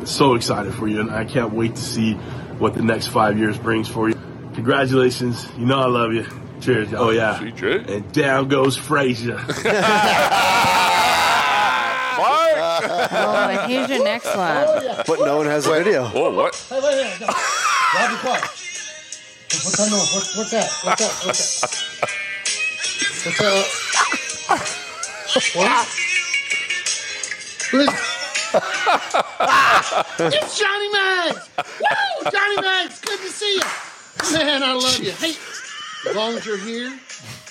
S3: so excited for you, and I can't wait to see what the next five years brings for you. Congratulations! You know I love you. Cheers, y'all. Oh yeah.
S4: CJ.
S3: And down goes Frazier.
S4: Mark.
S2: Oh, and here's your next one.
S6: But no one has a video.
S4: Oh, what?
S5: What's that noise? What, what's that? What's that? What's that? What's that? What?
S11: It's Johnny Mags! Woo! Johnny Mags, good to see you. Man, I love you. Hey, as long as you're here,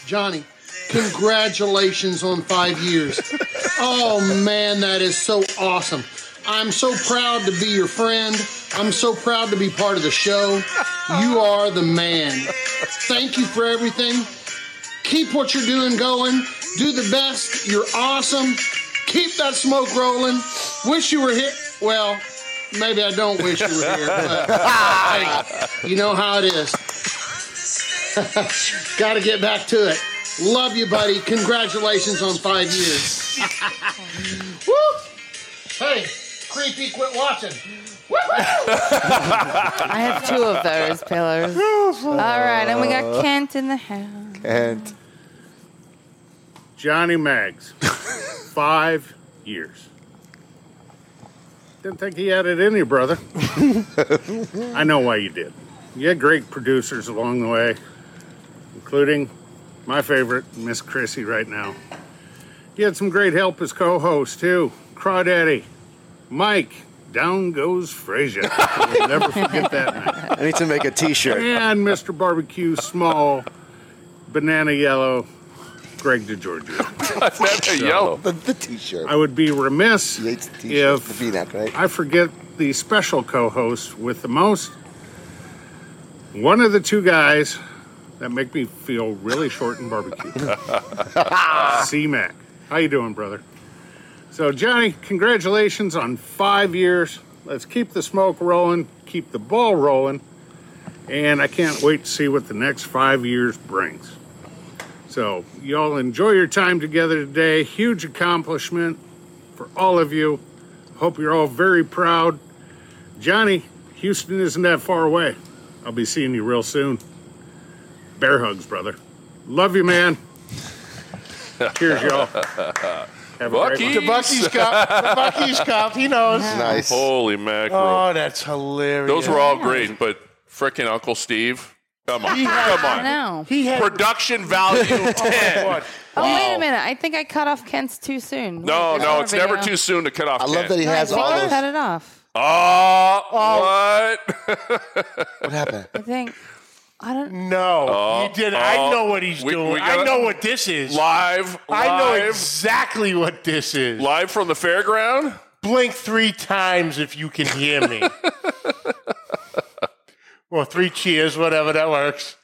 S11: Johnny, congratulations on five years. Oh, man, that is so awesome. I'm so proud to be your friend. I'm so proud to be part of the show. You are the man. Thank you for everything. Keep what you're doing going. Do the best. You're awesome. Keep that smoke rolling. Wish you were here. Well, maybe I don't wish you were here, but hey, you know how it is. Got to get back to it. Love you, buddy. Congratulations on five years. Woo! Hey, creepy, quit watching.
S2: I have two of those pillars. All right, and we got Kent in the house.
S5: And
S12: Johnny Mags, five years. Didn't think he had it in you, brother. I know why you did. You had great producers along the way, including my favorite, Miss Chrissy, right now. You had some great help as co host, too. Crawdaddy, Mike, down goes Frasier. We'll never forget that night.
S6: I need to make a t shirt.
S12: And Mr. Barbecue, small, banana yellow, Greg DiGiorgio.
S4: That's a yellow.
S5: the, the t-shirt.
S12: I would be remiss
S5: He hates the t-shirt. The
S12: if
S5: v-neck, right?
S12: I forget the special co-host with the most. One of the two guys that make me feel really short in barbecue. C Mac, how you doing, brother? So Johnny, congratulations on five years. Let's keep the smoke rolling, keep the ball rolling, and I can't wait to see what the next five years brings. So, y'all enjoy your time together today. Huge accomplishment for all of you. Hope you're all very proud. Johnny, Houston isn't that far away. I'll be seeing you real soon. Bear hugs, brother. Love you, man. Cheers, y'all. a great one.
S4: Bucky's.
S3: The Bucky's Cup. The Bucky's Cup. He knows.
S4: Holy mackerel.
S3: Oh, that's hilarious.
S4: Those were all great, but frickin' Uncle Steve. Come on.
S3: He had-
S4: come on.
S2: I know.
S3: He had
S4: Production value
S3: Oh, my
S4: 10.
S3: God.
S2: Oh, wait a minute. I think I cut off Kent's too soon.
S4: No,
S2: Look,
S4: no,
S2: our
S4: it's never
S2: video.
S4: too soon to cut off.
S5: I love
S4: Ken.
S5: that he has
S2: I think
S5: all
S2: I
S5: those.
S2: cut it off.
S4: Oh, what?
S5: What happened?
S2: I think. I don't.
S3: No,
S4: Oh,
S3: you did. not I
S4: oh,
S3: know what he's
S4: we-
S3: doing.
S4: we
S3: I
S4: gotta-
S3: know what this is.
S4: live,
S3: I know
S4: live,
S3: exactly what this is.
S4: live from the fairground.
S3: Blink three times if you can hear me. well, three cheers, whatever that works.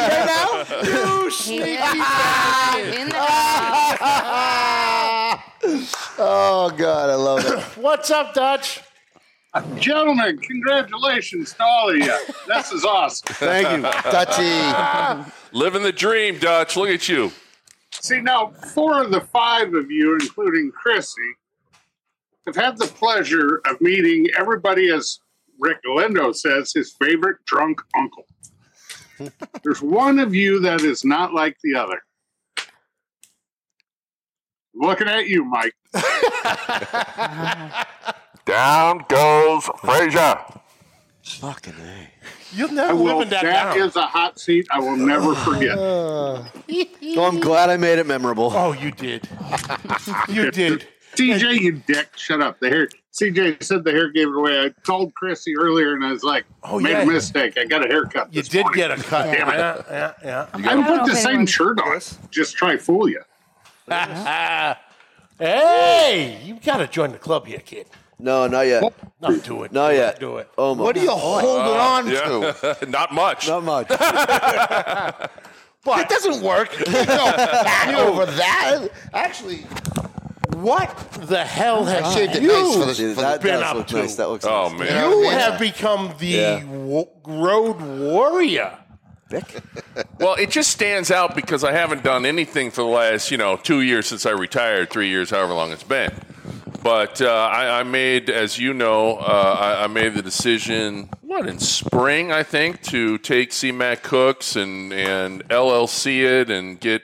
S3: you sneaky bastard.
S2: In the
S5: Oh God, I love it.
S3: What's up, Dutch?
S12: Gentlemen, congratulations to all of you. This is awesome.
S5: Thank you, Dutchy.
S4: Living the dream, Dutch. Look at you.
S12: See, now, four of the five of you, including Chrissy, have had the pleasure of meeting everybody, as Rick Galindo says, his favorite drunk uncle. There's one of you that is not like the other. Looking at you, Mike.
S13: Down goes Frazier.
S6: Fucking A.
S3: You'll never
S12: Well,
S3: live in that,
S12: that
S3: down.
S12: is a hot seat I will never forget.
S6: So I'm glad I made it memorable.
S3: oh, you did. you did.
S12: CJ, you dick, shut up. The hair. CJ said the hair gave it away. I told Chrissy earlier, and I was like,
S3: Oh,
S12: made
S3: yeah.
S12: a mistake. I got a haircut.
S3: You
S12: this
S3: did
S12: morning.
S3: get a cut.
S12: Damn it.
S3: Yeah, yeah, yeah.
S12: I would
S2: I don't
S12: put
S2: know
S12: the
S2: if
S12: same
S2: anyone-
S12: shirt on. Just try fool you.
S3: Hey, you got to join the club here, kid.
S6: No, not yet.
S3: No, do it.
S6: Not yet.
S3: Do it.
S6: Oh my.
S5: What are you holding on to?
S4: Yeah, not much.
S6: Not much.
S5: It doesn't work. You can't go back over that. Actually,
S3: What the hell has
S5: shaved it
S3: you?
S5: nice Oh, for the,
S6: Dude,
S5: for
S6: that
S5: the
S3: been
S6: does
S3: up
S6: look
S3: to?
S6: nice. That looks.
S4: Oh
S6: nice.
S4: man.
S5: Yeah.
S3: You have become the
S6: Yeah.
S3: wa- road warrior.
S4: Well, it just stands out because I haven't done anything for the last, you know, two years since I retired, three years, however long it's been. But uh, I, I made, as you know, uh, I, I made the decision, what, in spring, I think, to take CMAC Cooks and, and LLC it and get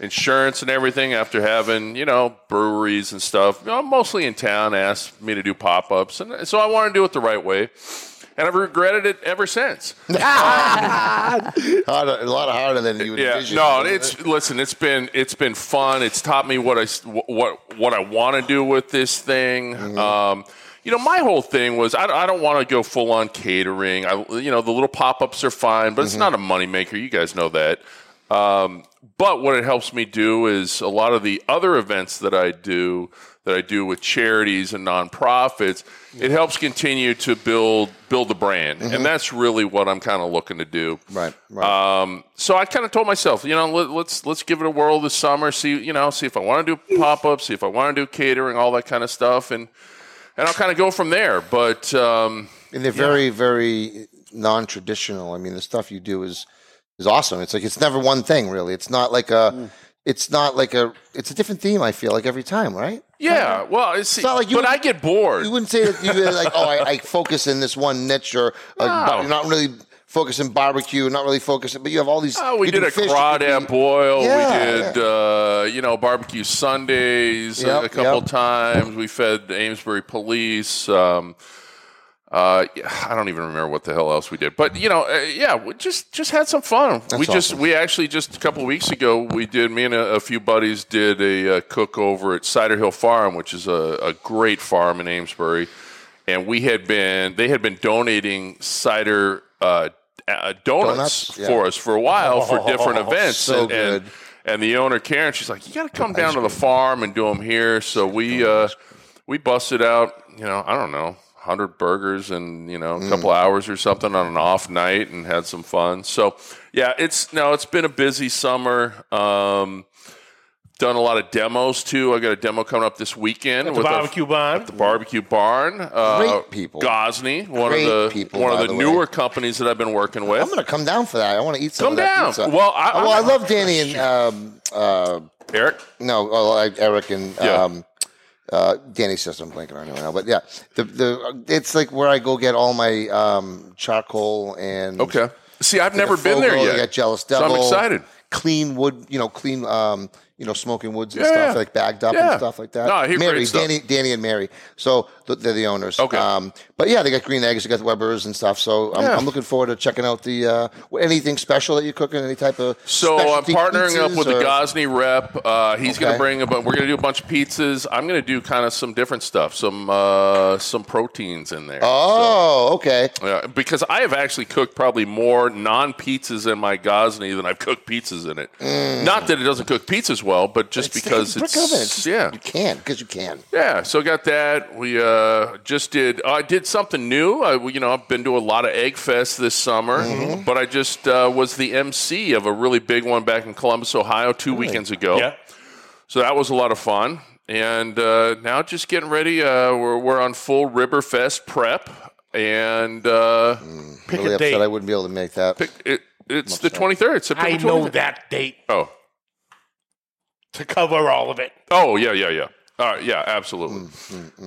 S4: insurance and everything after having, you know, breweries and stuff, you know, mostly in town, asked me to do pop ups. And so I wanted to do it the right way. And I've regretted it ever since.
S5: harder, a lot harder than you would
S4: Yeah,
S5: envision.
S4: no, it's listen. It's been it's been fun. It's taught me what I s- wh- what what I want to do with this thing. Um, you know, my whole thing was I, don't- I don't want to go full on catering. I you know the little pop ups are fine, but it's not a moneymaker. You guys know that. Um, but what it helps me do is a lot of the other events that I do that I do with charities and nonprofits. It helps continue to build build the brand, and that's really what I'm kind of looking to do.
S5: right, right.
S4: Um, so I kind of told myself, you know, let, let's let's give it a whirl this summer. See, you know, see if I want to do pop ups, see if I want to do catering, all that kind of stuff, and and I'll kind of go from there. But um,
S5: and they're very, very eh, non-traditional. I mean, the stuff you do is is awesome. It's like it's never one thing really. It's not like a.
S4: Mm.
S5: It's not like a. It's a different theme. I feel like every time, right?
S4: yeah, well, it's,
S5: not like you
S4: but
S5: would-
S4: I get bored.
S5: You wouldn't say that you were like, oh, I, I focus in this one niche or
S4: No.
S5: uh, but you're not really focusing barbecue, not really focusing, but you have all these.
S4: Oh, we
S5: you
S4: did
S5: do
S4: a
S5: fish, you
S4: crawdad
S5: do-
S4: boil.
S5: Yeah,
S4: we did, uh, you know, barbecue Sundays a-
S5: Yep,
S4: a couple
S5: yep.
S4: times. We fed Amesbury police. Um, uh, yeah, I don't even remember what the hell else we did, but you know, uh, yeah, we just just had some fun. we just
S5: awesome.
S4: we actually just a couple weeks ago we did me and a, a few buddies did a, uh cook over at Cider Hill Farm, which is a, a great farm in Amesbury, and we had been they had been donating cider uh, uh, donuts,
S5: Donuts? Yeah.
S4: for us for a while for different events.
S5: so
S4: and, and-
S5: good.
S4: and the owner Karen, she's like, "You got to come down to the farm and do them here." So we uh, we busted out, you know, I don't know, hundred burgers in you know a couple hours or something on an off night and had some fun. So yeah, it's no, it's been a busy summer. Um, Done a lot of demos too. I got a demo coming up this weekend
S3: At the
S4: a-
S3: Barbecue Barn.
S4: at the barbecue barn. Uh,
S5: Great people.
S4: Gosney, one
S5: Great
S4: of the
S5: people,
S4: one of
S5: by
S4: the,
S5: the way.
S4: newer companies that I've been working with.
S5: I'm going to come down for that. I want to eat some
S4: Come
S5: of that
S4: down.
S5: pizza.
S4: Well, I-
S5: well, I love Danny and um, uh,
S4: Eric.
S5: No, oh, like Eric and
S4: Yeah.
S5: um, uh, Danny's sister. I'm blanking on her now, but yeah, the the it's like where I go get all my um, charcoal and
S4: Okay. See, I've
S5: They got
S4: never been there
S5: Fogo,
S4: yet.
S5: They got Jealous
S4: So I'm
S5: Devil.
S4: excited.
S5: Clean wood, you know, clean, um, you know, smoking woods and
S4: Yeah,
S5: stuff
S4: yeah.
S5: like bagged up
S4: Yeah.
S5: and stuff like that.
S4: No, I hear
S5: Mary,
S4: great stuff.
S5: Danny, Danny, and Mary. So th- they're the owners. Okay. Um, but yeah, they got green eggs, they got Weber's and stuff. So I'm,
S4: Yeah.
S5: I'm looking forward to checking out the uh, anything special that you're cooking, any type of
S4: So I'm
S5: specialty
S4: partnering up
S5: pizzas
S4: with
S5: or-
S4: the Gosney rep. Uh, he's going to
S5: Okay.
S4: bring a bu- we're going to do a bunch of pizzas. I'm going to do kind of some different stuff, some uh, some proteins in there.
S5: Oh, okay.
S4: Yeah, because I have actually cooked probably more non pizzas in my Gosney than I've cooked pizzas in it. Not that it doesn't cook pizzas well, but just because
S5: Mm. brick
S4: it's
S5: oven. It's just-
S4: yeah,
S5: you can because you can.
S4: yeah, so got that. We uh, just did. I did something new. I, you know, I've been to a lot of Egg Fest this summer, but I just uh, was the MC of a really big one back in Columbus, Ohio, two weekends ago.
S3: Yeah.
S4: So that was a lot of fun. And uh, now just getting ready. Uh, we're, we're on full Riverfest prep, and uh,
S5: Pick really upset I wouldn't be able to make that.
S4: It, it's the twenty third. September.
S3: I know
S4: 23rd.
S3: that date
S4: Oh,
S3: to cover all of it.
S4: oh yeah, yeah, yeah. All right, yeah, absolutely.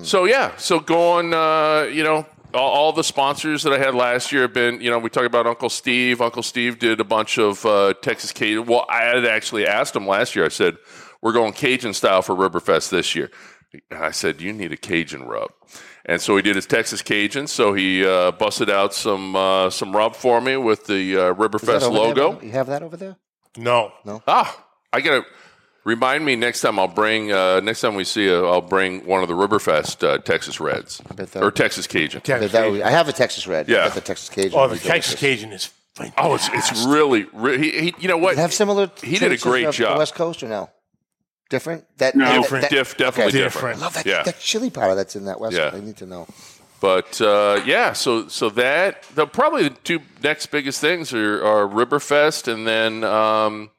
S4: So yeah, so going, uh, you know, all, all the sponsors that I had last year have been, you know, we talk about Uncle Steve. Uncle Steve did a bunch of uh, Texas Cajun. Well, I had actually asked him last year. I said, "We're going Cajun style for Riverfest this year." And I said, "You need a Cajun rub." And so he did his Texas Cajun. So he uh, busted out some uh, some rub for me with the uh,
S5: Is that
S4: Riverfest
S5: over there,
S4: logo.
S5: Bob? you have that over there?
S3: No,
S5: no.
S4: Ah, I gotta remind me next time. I'll bring uh, next time we see you. I'll bring one of the Riverfest uh, Texas Reds
S5: that-
S4: or Texas Cajun.
S5: I bet that would be- I have a Texas Red. I
S4: Yeah.
S5: bet the Texas Cajun.
S3: Oh,
S5: would
S3: the
S5: be
S3: Texas
S5: delicious.
S3: Cajun is fantastic.
S4: Oh, it's it's really, re he, he, you know what?
S5: Have similar.
S4: He did a
S5: traditions
S4: great
S5: of The
S4: job.
S5: West Coast or no? Different. That
S4: No.
S5: that-
S4: Different.
S5: that-
S4: Diff- definitely
S5: okay.
S4: different.
S5: I love that,
S4: Yeah.
S5: that chili powder that's in that West.
S4: Yeah.
S5: Coast. I need to know.
S4: But uh, yeah, so so that the probably the two next biggest things are, are Riverfest and then um,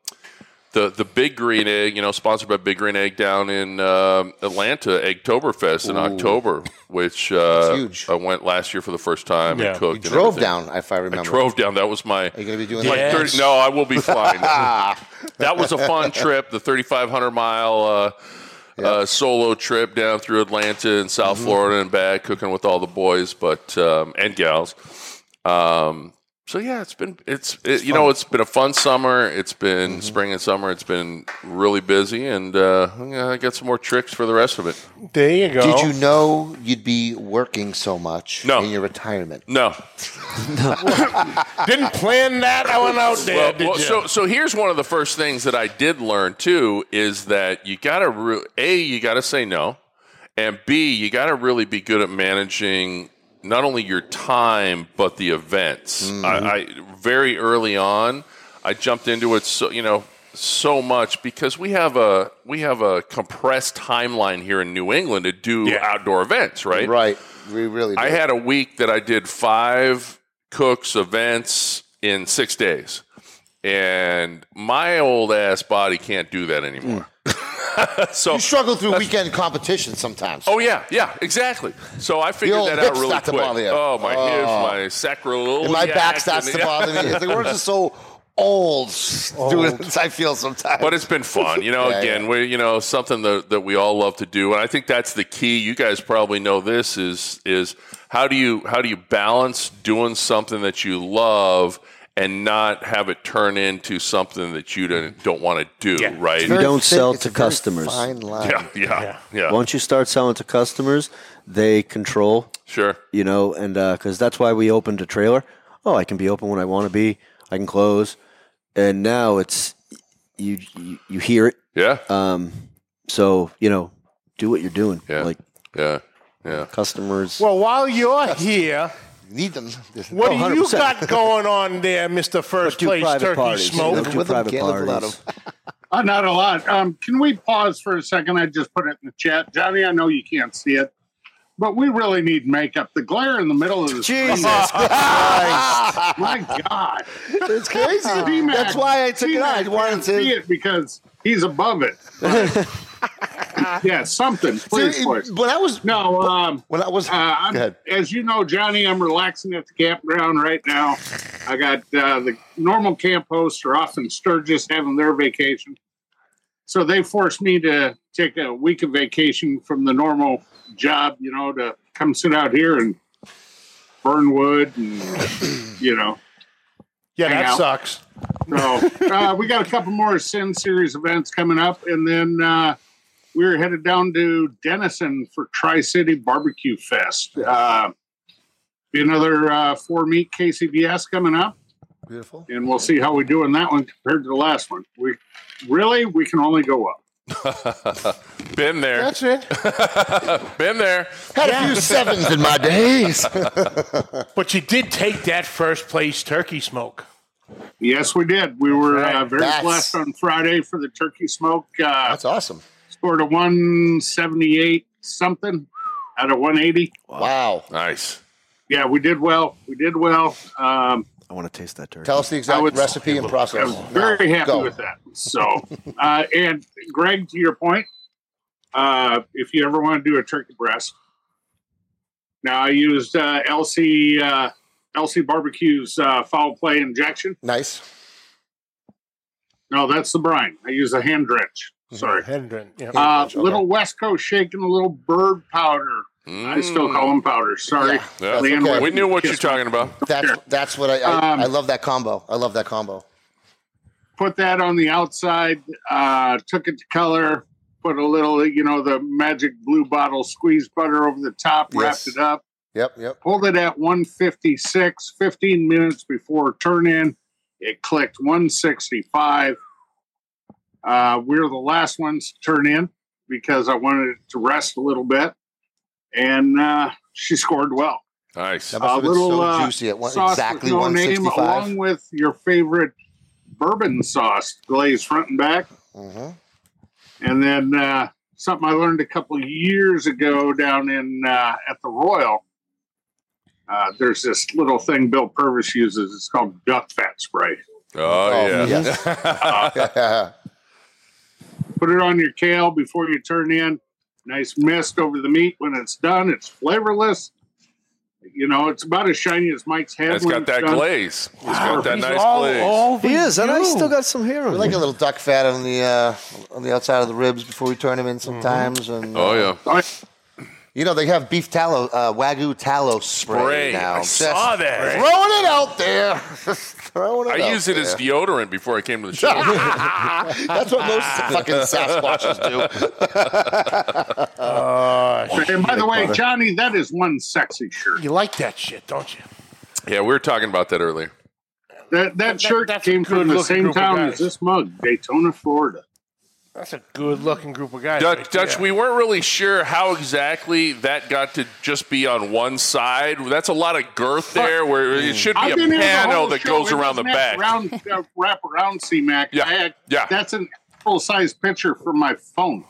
S4: the the Big Green Egg, you know, sponsored by Big Green Egg down in um, Atlanta, Eggtoberfest in October, which uh,
S5: huge.
S4: I went last year for the first time
S3: Yeah.
S4: and cooked.
S5: You
S4: and
S5: drove
S4: everything.
S5: down, if I remember.
S4: I drove down. That was my. Are
S5: you going to be doing
S4: my
S5: that?
S4: 30 no, I will be flying. that was a fun trip. The 3,500 mile uh, uh, solo trip down through Atlanta and South Florida and back, cooking with all the boys, but um, and gals. Um, so yeah, it's been it's, it, you know it's been a fun Mm-hmm. summer. It's been spring and summer. It's been really busy, and uh, yeah, I got some more tricks for the rest of it.
S3: There you go.
S5: Did you know you'd be working so much
S4: No.
S5: in your retirement?
S4: No,
S3: Didn't plan that one out there,
S4: Well,
S3: did
S4: well,
S3: you?
S4: so so here's one of the first things that I did learn too is that you gotta re- a you gotta say no, and b you gotta really be good at managing not only your time but the events. I, I very early on I jumped into it so you know so much because we have a we have a compressed timeline here in New England to do
S3: Yeah.
S4: outdoor events, right?
S5: Right. We really.
S4: I
S5: do.
S4: had a week that I did five cooks events in six days, and my old ass body can't do that anymore. so,
S5: You struggle through weekend competition sometimes.
S4: oh yeah, yeah, exactly. So I figured
S5: old
S4: that
S5: hips
S4: out really
S5: start to
S4: quick.
S5: bother you.
S4: Oh my hips,
S5: Oh.
S4: my sacroiliac,
S5: and my back starts
S4: and-
S5: to bother me. It's like we're just so old. Doing
S3: Old.
S5: this, I feel sometimes.
S4: But it's been fun, you know.
S5: Yeah,
S4: again,
S5: yeah.
S4: we you know something that, that we all love to do, and I think that's the key. You guys probably know this is is how do you how do you balance doing something that you love and not have it turn into something that you don't don't want to do,
S3: Yeah.
S4: right?
S6: You
S5: Very
S6: don't
S5: thin-
S6: sell
S5: it's
S6: to
S5: a very
S6: customers.
S5: Fine line.
S4: yeah, yeah, yeah.
S6: Once you start selling to customers, they control,
S4: Sure.
S6: you know, and because that's why we opened a trailer. Oh, I can be open when I want to be. I can close, and now it's you. You, you hear it,
S4: Yeah.
S5: uh,
S6: um, so you know, do what you're doing.
S4: Yeah.
S6: Like
S4: yeah. Yeah.
S6: customers.
S3: well, while you're here,
S5: You need them.
S3: what
S6: Oh,
S3: do you
S6: 100%.
S3: got going on there, Mister First
S6: do
S3: Place
S6: private
S3: Turkey
S6: parties.
S3: Smoke?
S6: Don't do
S5: With them,
S6: private
S5: can't live without
S6: parties.
S14: Uh, not a lot. Um, can we pause for a second? I just put it in the chat. Johnny, I know you can't see it, but we really need makeup. The glare in the middle of the
S6: Jesus
S14: my God.
S5: It's crazy. That's why I took it out. I wanted
S14: see
S5: to.
S14: it because
S12: He's above it. yeah, something. Please,
S5: See,
S12: please.
S5: When I was
S12: no, um,
S5: when I was,
S12: uh, I'm,
S5: Go ahead.
S12: as you know, Johnny, I'm relaxing at the campground right now. I got uh, the normal camp hosts are off in Sturgis having their vacation, so they forced me to take a week of vacation from the normal job, you know, to come sit out here and burn wood and you know.
S3: Yeah,
S12: hang
S3: that
S12: out.
S3: sucks.
S12: So uh, we got a couple more Sin Series events coming up, and then uh, we were headed down to Denison for Tri City Barbecue Fest. Uh, be another uh, four meat KCBS coming up,
S5: Beautiful.
S12: and we'll see how we do in that one compared to the last one. We really we can only go up.
S4: Been there.
S3: That's it.
S4: Been there.
S5: Had a few sevens in my days.
S3: but you did take that first place turkey smoke.
S12: Yes, we did. We were uh, very
S3: That's-
S12: blessed on Friday for the turkey smoke. Uh, That's
S5: awesome.
S12: Scored a one seventy eight something out of one eighty.
S5: Wow.
S4: Nice.
S12: Yeah, we did well. We did well. Um,
S6: I want to taste that turkey.
S5: Tell us the exact
S12: I would-
S5: recipe and process.
S12: I'm very
S5: Now,
S12: happy
S5: Oh, go.
S12: with that. So, uh, and Greg, to your point, uh, if you ever want to do a turkey breast, now I used uh, LC uh, LC Barbecue's uh, foul play injection.
S5: Nice.
S12: No, that's the brine. I use a hand drench. Sorry,
S3: hand drench. Yeah.
S12: Uh, Little West Coast shake and a little bird powder. I still call them powder. Sorry,
S4: Yeah.
S12: Leanne
S5: okay.
S12: Whitten
S4: We knew what you're
S12: kissed
S4: talking about.
S5: That's that's what I I,
S12: Um,
S5: I love that combo. I love that combo.
S12: put that on the outside, uh, took it to color, put a little, you know, the magic blue bottle squeeze butter over the top,
S5: Yes.
S12: wrapped it up,
S5: Yep, yep.
S12: pulled it at 156, 15 minutes before turn in. It clicked 165. Uh, we were the last ones to turn in because I wanted it to rest a little bit. And uh, she scored well
S4: Nice.
S12: a little uh, sauce
S5: exactly
S12: with no name,
S5: 165.
S12: along with your favorite bourbon sauce, glazed front and back,
S5: Mm-hmm.
S12: and then uh, something I learned a couple of years ago down in uh, at the Royal. Uh, there's this little thing Bill Purvis uses. It's called duck fat spray.
S4: Oh, yeah.
S12: Put it on your kale before you turn in. Nice mist over the meat when it's done. It's flavorless. You know, it's about as shiny as Mike's head.
S4: It's
S12: when
S4: got that
S12: done.
S4: glaze. It's got that
S12: He's
S4: nice
S12: all
S4: glaze.
S12: over
S5: He is, and I still
S6: got some hair on.
S5: We like a little duck fat on the uh, on the outside of the ribs before we turn them in sometimes. And uh,
S4: Oh, yeah.
S5: you know they have beef tallow, uh, wagyu tallow spray,
S4: Spray.
S5: now.
S4: I
S5: Just
S4: saw that.
S5: Throwing it out there. Just throwing it
S4: I
S5: out
S4: used it as
S5: there.
S4: deodorant before I came to the show.
S5: That's what most fucking Sasquatches do.
S12: and by the way,
S4: Butter.
S12: Johnny, that is one sexy shirt.
S3: You like that shit, don't you?
S4: Yeah, we were talking about that earlier.
S12: That that, shirt came from the
S3: good-looking
S12: same
S3: group of
S12: town
S3: guys.
S12: as this mug, Daytona, Florida.
S3: That's a good looking group of guys.
S4: Dutch,
S3: right
S4: Dutch
S3: there.
S4: we weren't really sure how exactly that got to just be on one side. That's a lot of girth there, where it should be
S12: I've
S4: a
S12: been here the
S4: panel
S12: whole
S4: that
S12: show.
S4: goes
S12: It
S4: around the
S12: doesn't
S4: back.
S12: have Round uh, wrap around CMAC. Yeah,
S4: yeah.
S12: That's an full size picture from my phone.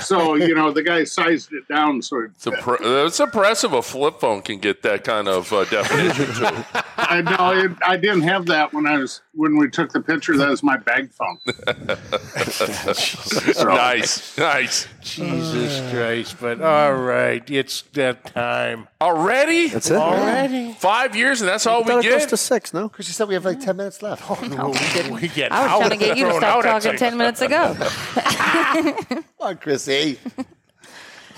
S12: So you know the guy sized it down so it
S4: It's, impre- uh, it's impressive a flip phone can get that kind of uh, definition too.
S12: I know it, I didn't have that when I was when we took the picture. That was my bag phone.
S4: nice, nice.
S3: Jesus Christ! But all right, it's that time
S4: already.
S3: That's
S4: it.
S3: Already.
S4: Five years and that's all we get.
S6: six, no?
S5: Because you said we have like ten minutes left. Oh, no, we didn't.
S3: We get
S8: I was
S3: out
S8: trying to get you to
S3: thrown
S8: stop
S3: out, I'd
S8: talking
S3: say.
S8: ten minutes ago.
S5: Come on, Chrissy.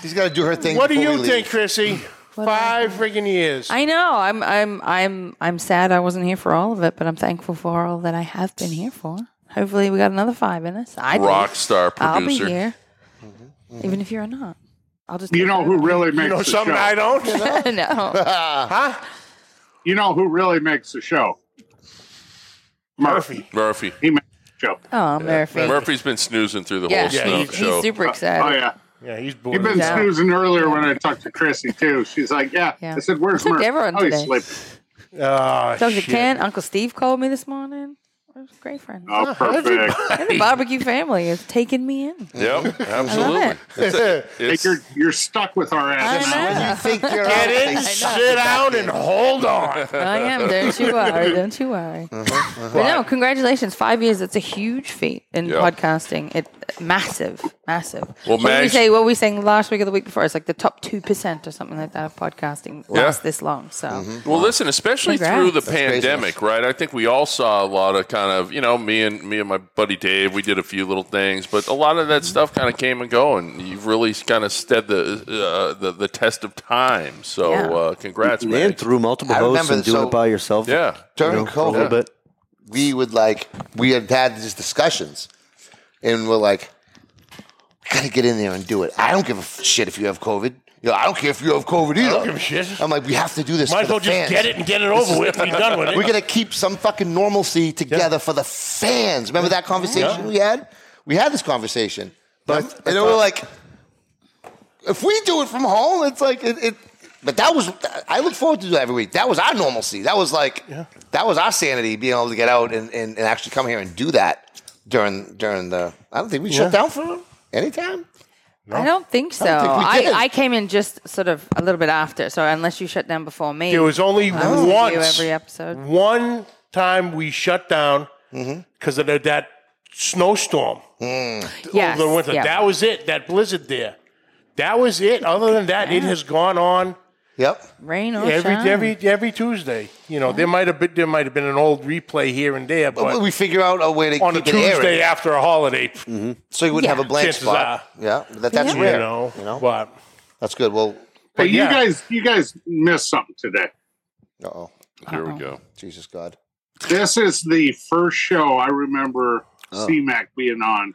S5: She's got to do her thing.
S3: What do
S5: before
S3: you
S5: we leave.
S3: think, Chrissy? Five friggin' years.
S8: I know. I'm. I'm. I'm. I'm sad I wasn't here for all of it, but I'm thankful for all that I have been here for. Hopefully, we got another five in us. I do.
S4: Rock star
S8: I'll be
S4: producer.
S8: here, even if you're not. I'll just.
S12: You know who really makes the show?
S8: no.
S12: huh? You know who really makes the show? Murphy.
S4: Murphy.
S12: He makes the show.
S8: Oh, Murphy.
S4: Murphy's been snoozing through the
S8: Yeah,
S4: whole
S8: he's-
S4: snow
S8: he's
S4: show.
S8: super excited.
S12: Oh yeah.
S3: Yeah, he's bored.
S12: You've been
S8: Yeah.
S12: snoozing earlier when I talked to Chrissy too. She's like, "Yeah."
S8: Yeah.
S12: I said, "Where's
S8: I took
S12: Murphy?"
S8: everyone
S12: Oh, he's
S8: today.
S12: sleeping.
S3: Oh,
S8: Does it
S3: shit.
S8: can? Uncle Steve called me this morning. We're just great friends.
S12: Oh, Oh, perfect. everybody.
S8: And the barbecue family is taking me in.
S4: Yep,
S8: I
S4: absolutely.
S8: love
S4: It's a- it's-
S12: you're, you're stuck with our ass.
S5: Get
S3: in, sit down, and hold on.
S8: I am. Don't you worry. Don't you worry. But no, congratulations. Five years. That's a huge feat in
S4: Uh-huh, Yeah.
S8: podcasting. It massive, massive. what
S4: Well,
S8: did we
S4: Madge-
S8: say? What were we saying last week or the week before? It's like the top two percent or something like that of podcasting
S4: Yeah. Mm-hmm.
S8: lasts this long. So
S4: Well, listen, especially through the
S8: Congrats. That's crazy.
S4: pandemic, right? I think we all saw a lot of kind of, you know, me and me and my buddy Dave, we did a few little things, but a lot of that stuff kind of came and go, and you've really kind of stead the uh, the, the test of time. So,
S5: Yeah.
S4: uh, congrats,
S6: and
S4: man.
S6: through multiple
S5: I
S6: hosts
S5: remember
S6: and
S5: the-
S6: doing
S5: so-
S6: it by yourself.
S4: Yeah.
S5: during
S6: you know, for
S5: COVID,
S6: a little bit.
S5: we would like we had had these discussions, and we're like, gotta get in there and do it. I don't give a f- shit if you have COVID. You know, I don't care if you have COVID either.
S3: I don't give a shit.
S5: I'm like, we have to do this.
S3: Might
S5: for
S3: as
S5: the
S3: well just
S5: fans.
S3: get it and get it
S5: This
S3: over
S5: is-
S3: with and be done with it.
S5: We're gonna keep some fucking normalcy together for the fans. Remember that conversation
S3: Yeah.
S5: we had? We had this conversation, but and we're like, if we do it from home, it's like it. it but that was I look forward to that every week. That was our normalcy. That was like that was our sanity being able to get out and, and, and actually come here and do that during during the. I don't think we shut
S8: Yeah.
S5: down for any time.
S8: I don't think so.
S5: I don't think we
S8: I,
S5: did.
S8: I came in just sort of a little bit after. So unless you shut down before me,
S3: There was only
S8: I with you
S3: once,
S8: every episode.
S3: one time we shut down
S5: Mm-hmm.
S3: because of that- that snowstorm
S8: Yes,
S3: over the winter.
S8: yeah.
S3: That was it. That blizzard there. That was it. Other than that, it has gone on.
S5: Yep.
S8: Rain or
S3: Every
S8: shine.
S3: every every Tuesday, you know, there might have been there might have been an old replay here and there, but,
S5: But we figure out a way to
S3: on a
S5: keep it airing.
S3: Tuesday after a holiday,
S5: so you wouldn't
S3: Yeah.
S5: have a blank
S3: Chances
S5: spot.
S3: are.
S5: Yeah, that, that's
S3: Yeah.
S5: rare.
S3: You know,
S5: you know,
S3: but
S5: that's good. Well,
S12: Hey, you
S5: yeah.
S12: guys, you guys missed something today.
S5: uh oh,
S4: here we go.
S5: Jesus God.
S12: This is the first show I remember
S5: Oh.
S12: CMAC being on,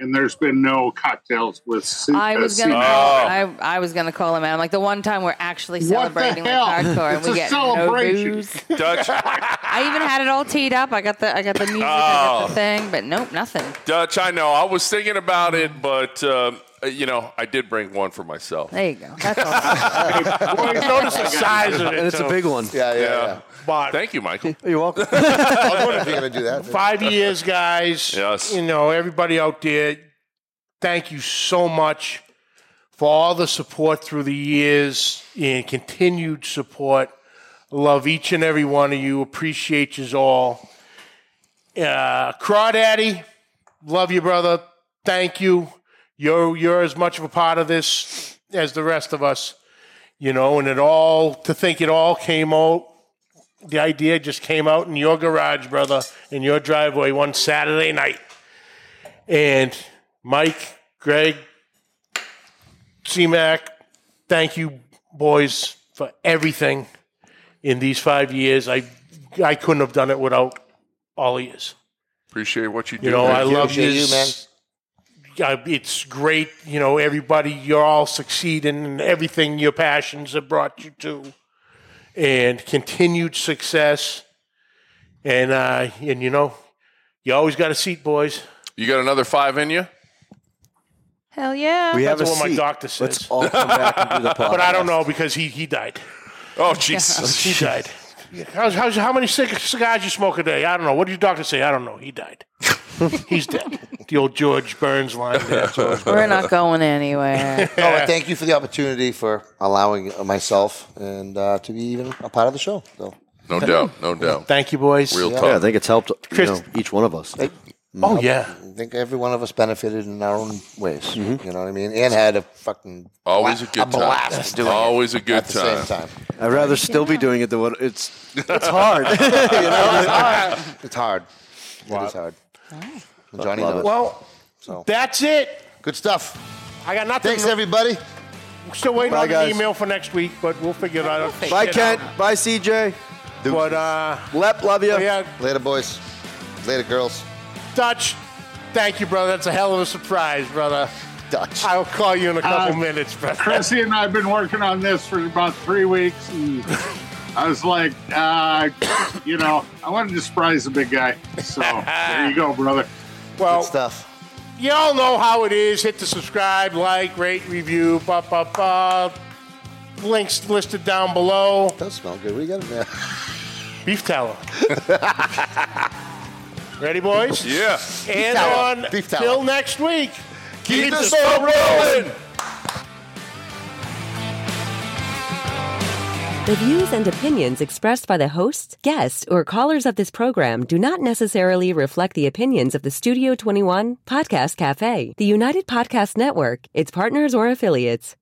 S12: and there's been no cocktails with C-
S8: I
S12: uh,
S8: was gonna,
S12: CMAC.
S8: I, I was gonna call him out. I'm like the one time we're actually
S12: the
S8: celebrating like
S12: hell?
S8: hardcore, and
S12: It's
S8: we
S12: a
S8: get
S12: celebration.
S8: no booze.
S4: Dutch,
S8: I even had it all teed up. I got the, I got the music, I got the
S4: Oh.
S8: thing, but nope, nothing.
S4: Dutch, I know. I was thinking about it, but, um, you know, I did bring one for myself.
S8: There you go. That's all.
S3: notice the size of it.
S6: And it's a
S3: so-
S6: big one.
S5: Yeah, yeah,
S3: But
S4: Thank you, Michael.
S6: You're welcome.
S5: You're gonna do that.
S3: five years, guys.
S4: Yes.
S3: You know, everybody out there, thank you so much for all the support through the years and continued support. Love each and every one of you. Appreciate you all. Uh, Crawdaddy, love you, brother. Thank you. You're you're as much of a part of this as the rest of us. You know, and it all to think it all came out the idea just came out in your garage, brother, in your driveway one Saturday night. And Mike, Greg, CMAC, thank you, boys, for everything in these five years. I I couldn't have done it without all of yous.
S4: Appreciate what you do.
S3: You know, I
S4: Thank
S3: love
S5: Appreciate you,
S3: yous.
S5: man.
S3: I- It's great, you know, everybody, you're all succeeding in everything your passions have brought you to. And continued success. And uh, and you know, you always got a seat, boys.
S4: You got another five in you?
S8: Hell yeah.
S6: We have
S3: That's
S6: a
S3: what my
S6: seat.
S3: doctor says.
S6: Let's all come back and do the
S5: Oh,
S6: podcast.
S3: But I don't know because he he died.
S4: Oh, Jesus.
S3: He died. How's, how's, how many cig- cigars you smoke a day? I don't know. What did your doctor say? I don't know. He died. He's dead. The old George Burns line. There, George
S8: We're not going anywhere.
S5: No, but thank you for the opportunity for allowing myself and uh, to be even a part of the show. So,
S4: No doubt. No doubt.
S3: Thank you, boys.
S4: Real
S5: Yeah.
S4: talk.
S6: Yeah, I think it's helped you
S3: Chris-
S6: know, each one of us.
S3: Oh yeah.
S5: I think every one of us benefited in our own ways. You know what I mean? And had a fucking
S4: Mm-hmm. Always a
S5: bla-
S4: good time.
S5: blast doing it
S4: Always a good
S5: at the
S4: time.
S5: Same time.
S6: I'd rather still be doing it than what it's. It's hard. you know?
S5: It's hard. It is hard. Johnny
S6: Love
S5: knows.
S6: it.
S3: Well,
S5: So.
S3: that's it.
S5: Good stuff.
S3: I got nothing.
S5: Thanks, everybody.
S3: Still waiting
S6: Bye,
S3: on
S6: guys.
S3: an email for next week, but we'll figure it out.
S6: Bye,
S3: Shit
S6: Kent.
S3: out.
S6: Bye, CJ.
S3: But uh,
S6: Lep, love you.
S3: yeah,
S5: Later, boys. Later, girls.
S3: Dutch. Thank you, brother. That's a hell of a surprise, brother.
S5: Dutch.
S3: I'll call you in a couple
S12: Uh,
S3: minutes, brother.
S12: Chrissy and I have been working on this for about three weeks, and I was like, uh, you know, I wanted to surprise the big guy. So there you go, brother.
S5: Good
S3: Well,
S5: stuff.
S3: you all know how it is. Hit the subscribe, like, rate, review, ba ba ba. Links listed down below.
S5: Does smell good. We got it there.
S3: Beef tallow. Ready, boys?
S4: Yeah.
S3: And
S4: Towel.
S3: on
S4: Beef towel.
S3: till next week.
S4: Keep the soul rolling.
S1: The views and opinions expressed by the hosts, guests, or callers of this program do not necessarily reflect the opinions of the Studio 21 Podcast Cafe, the United Podcast Network, its partners, or affiliates.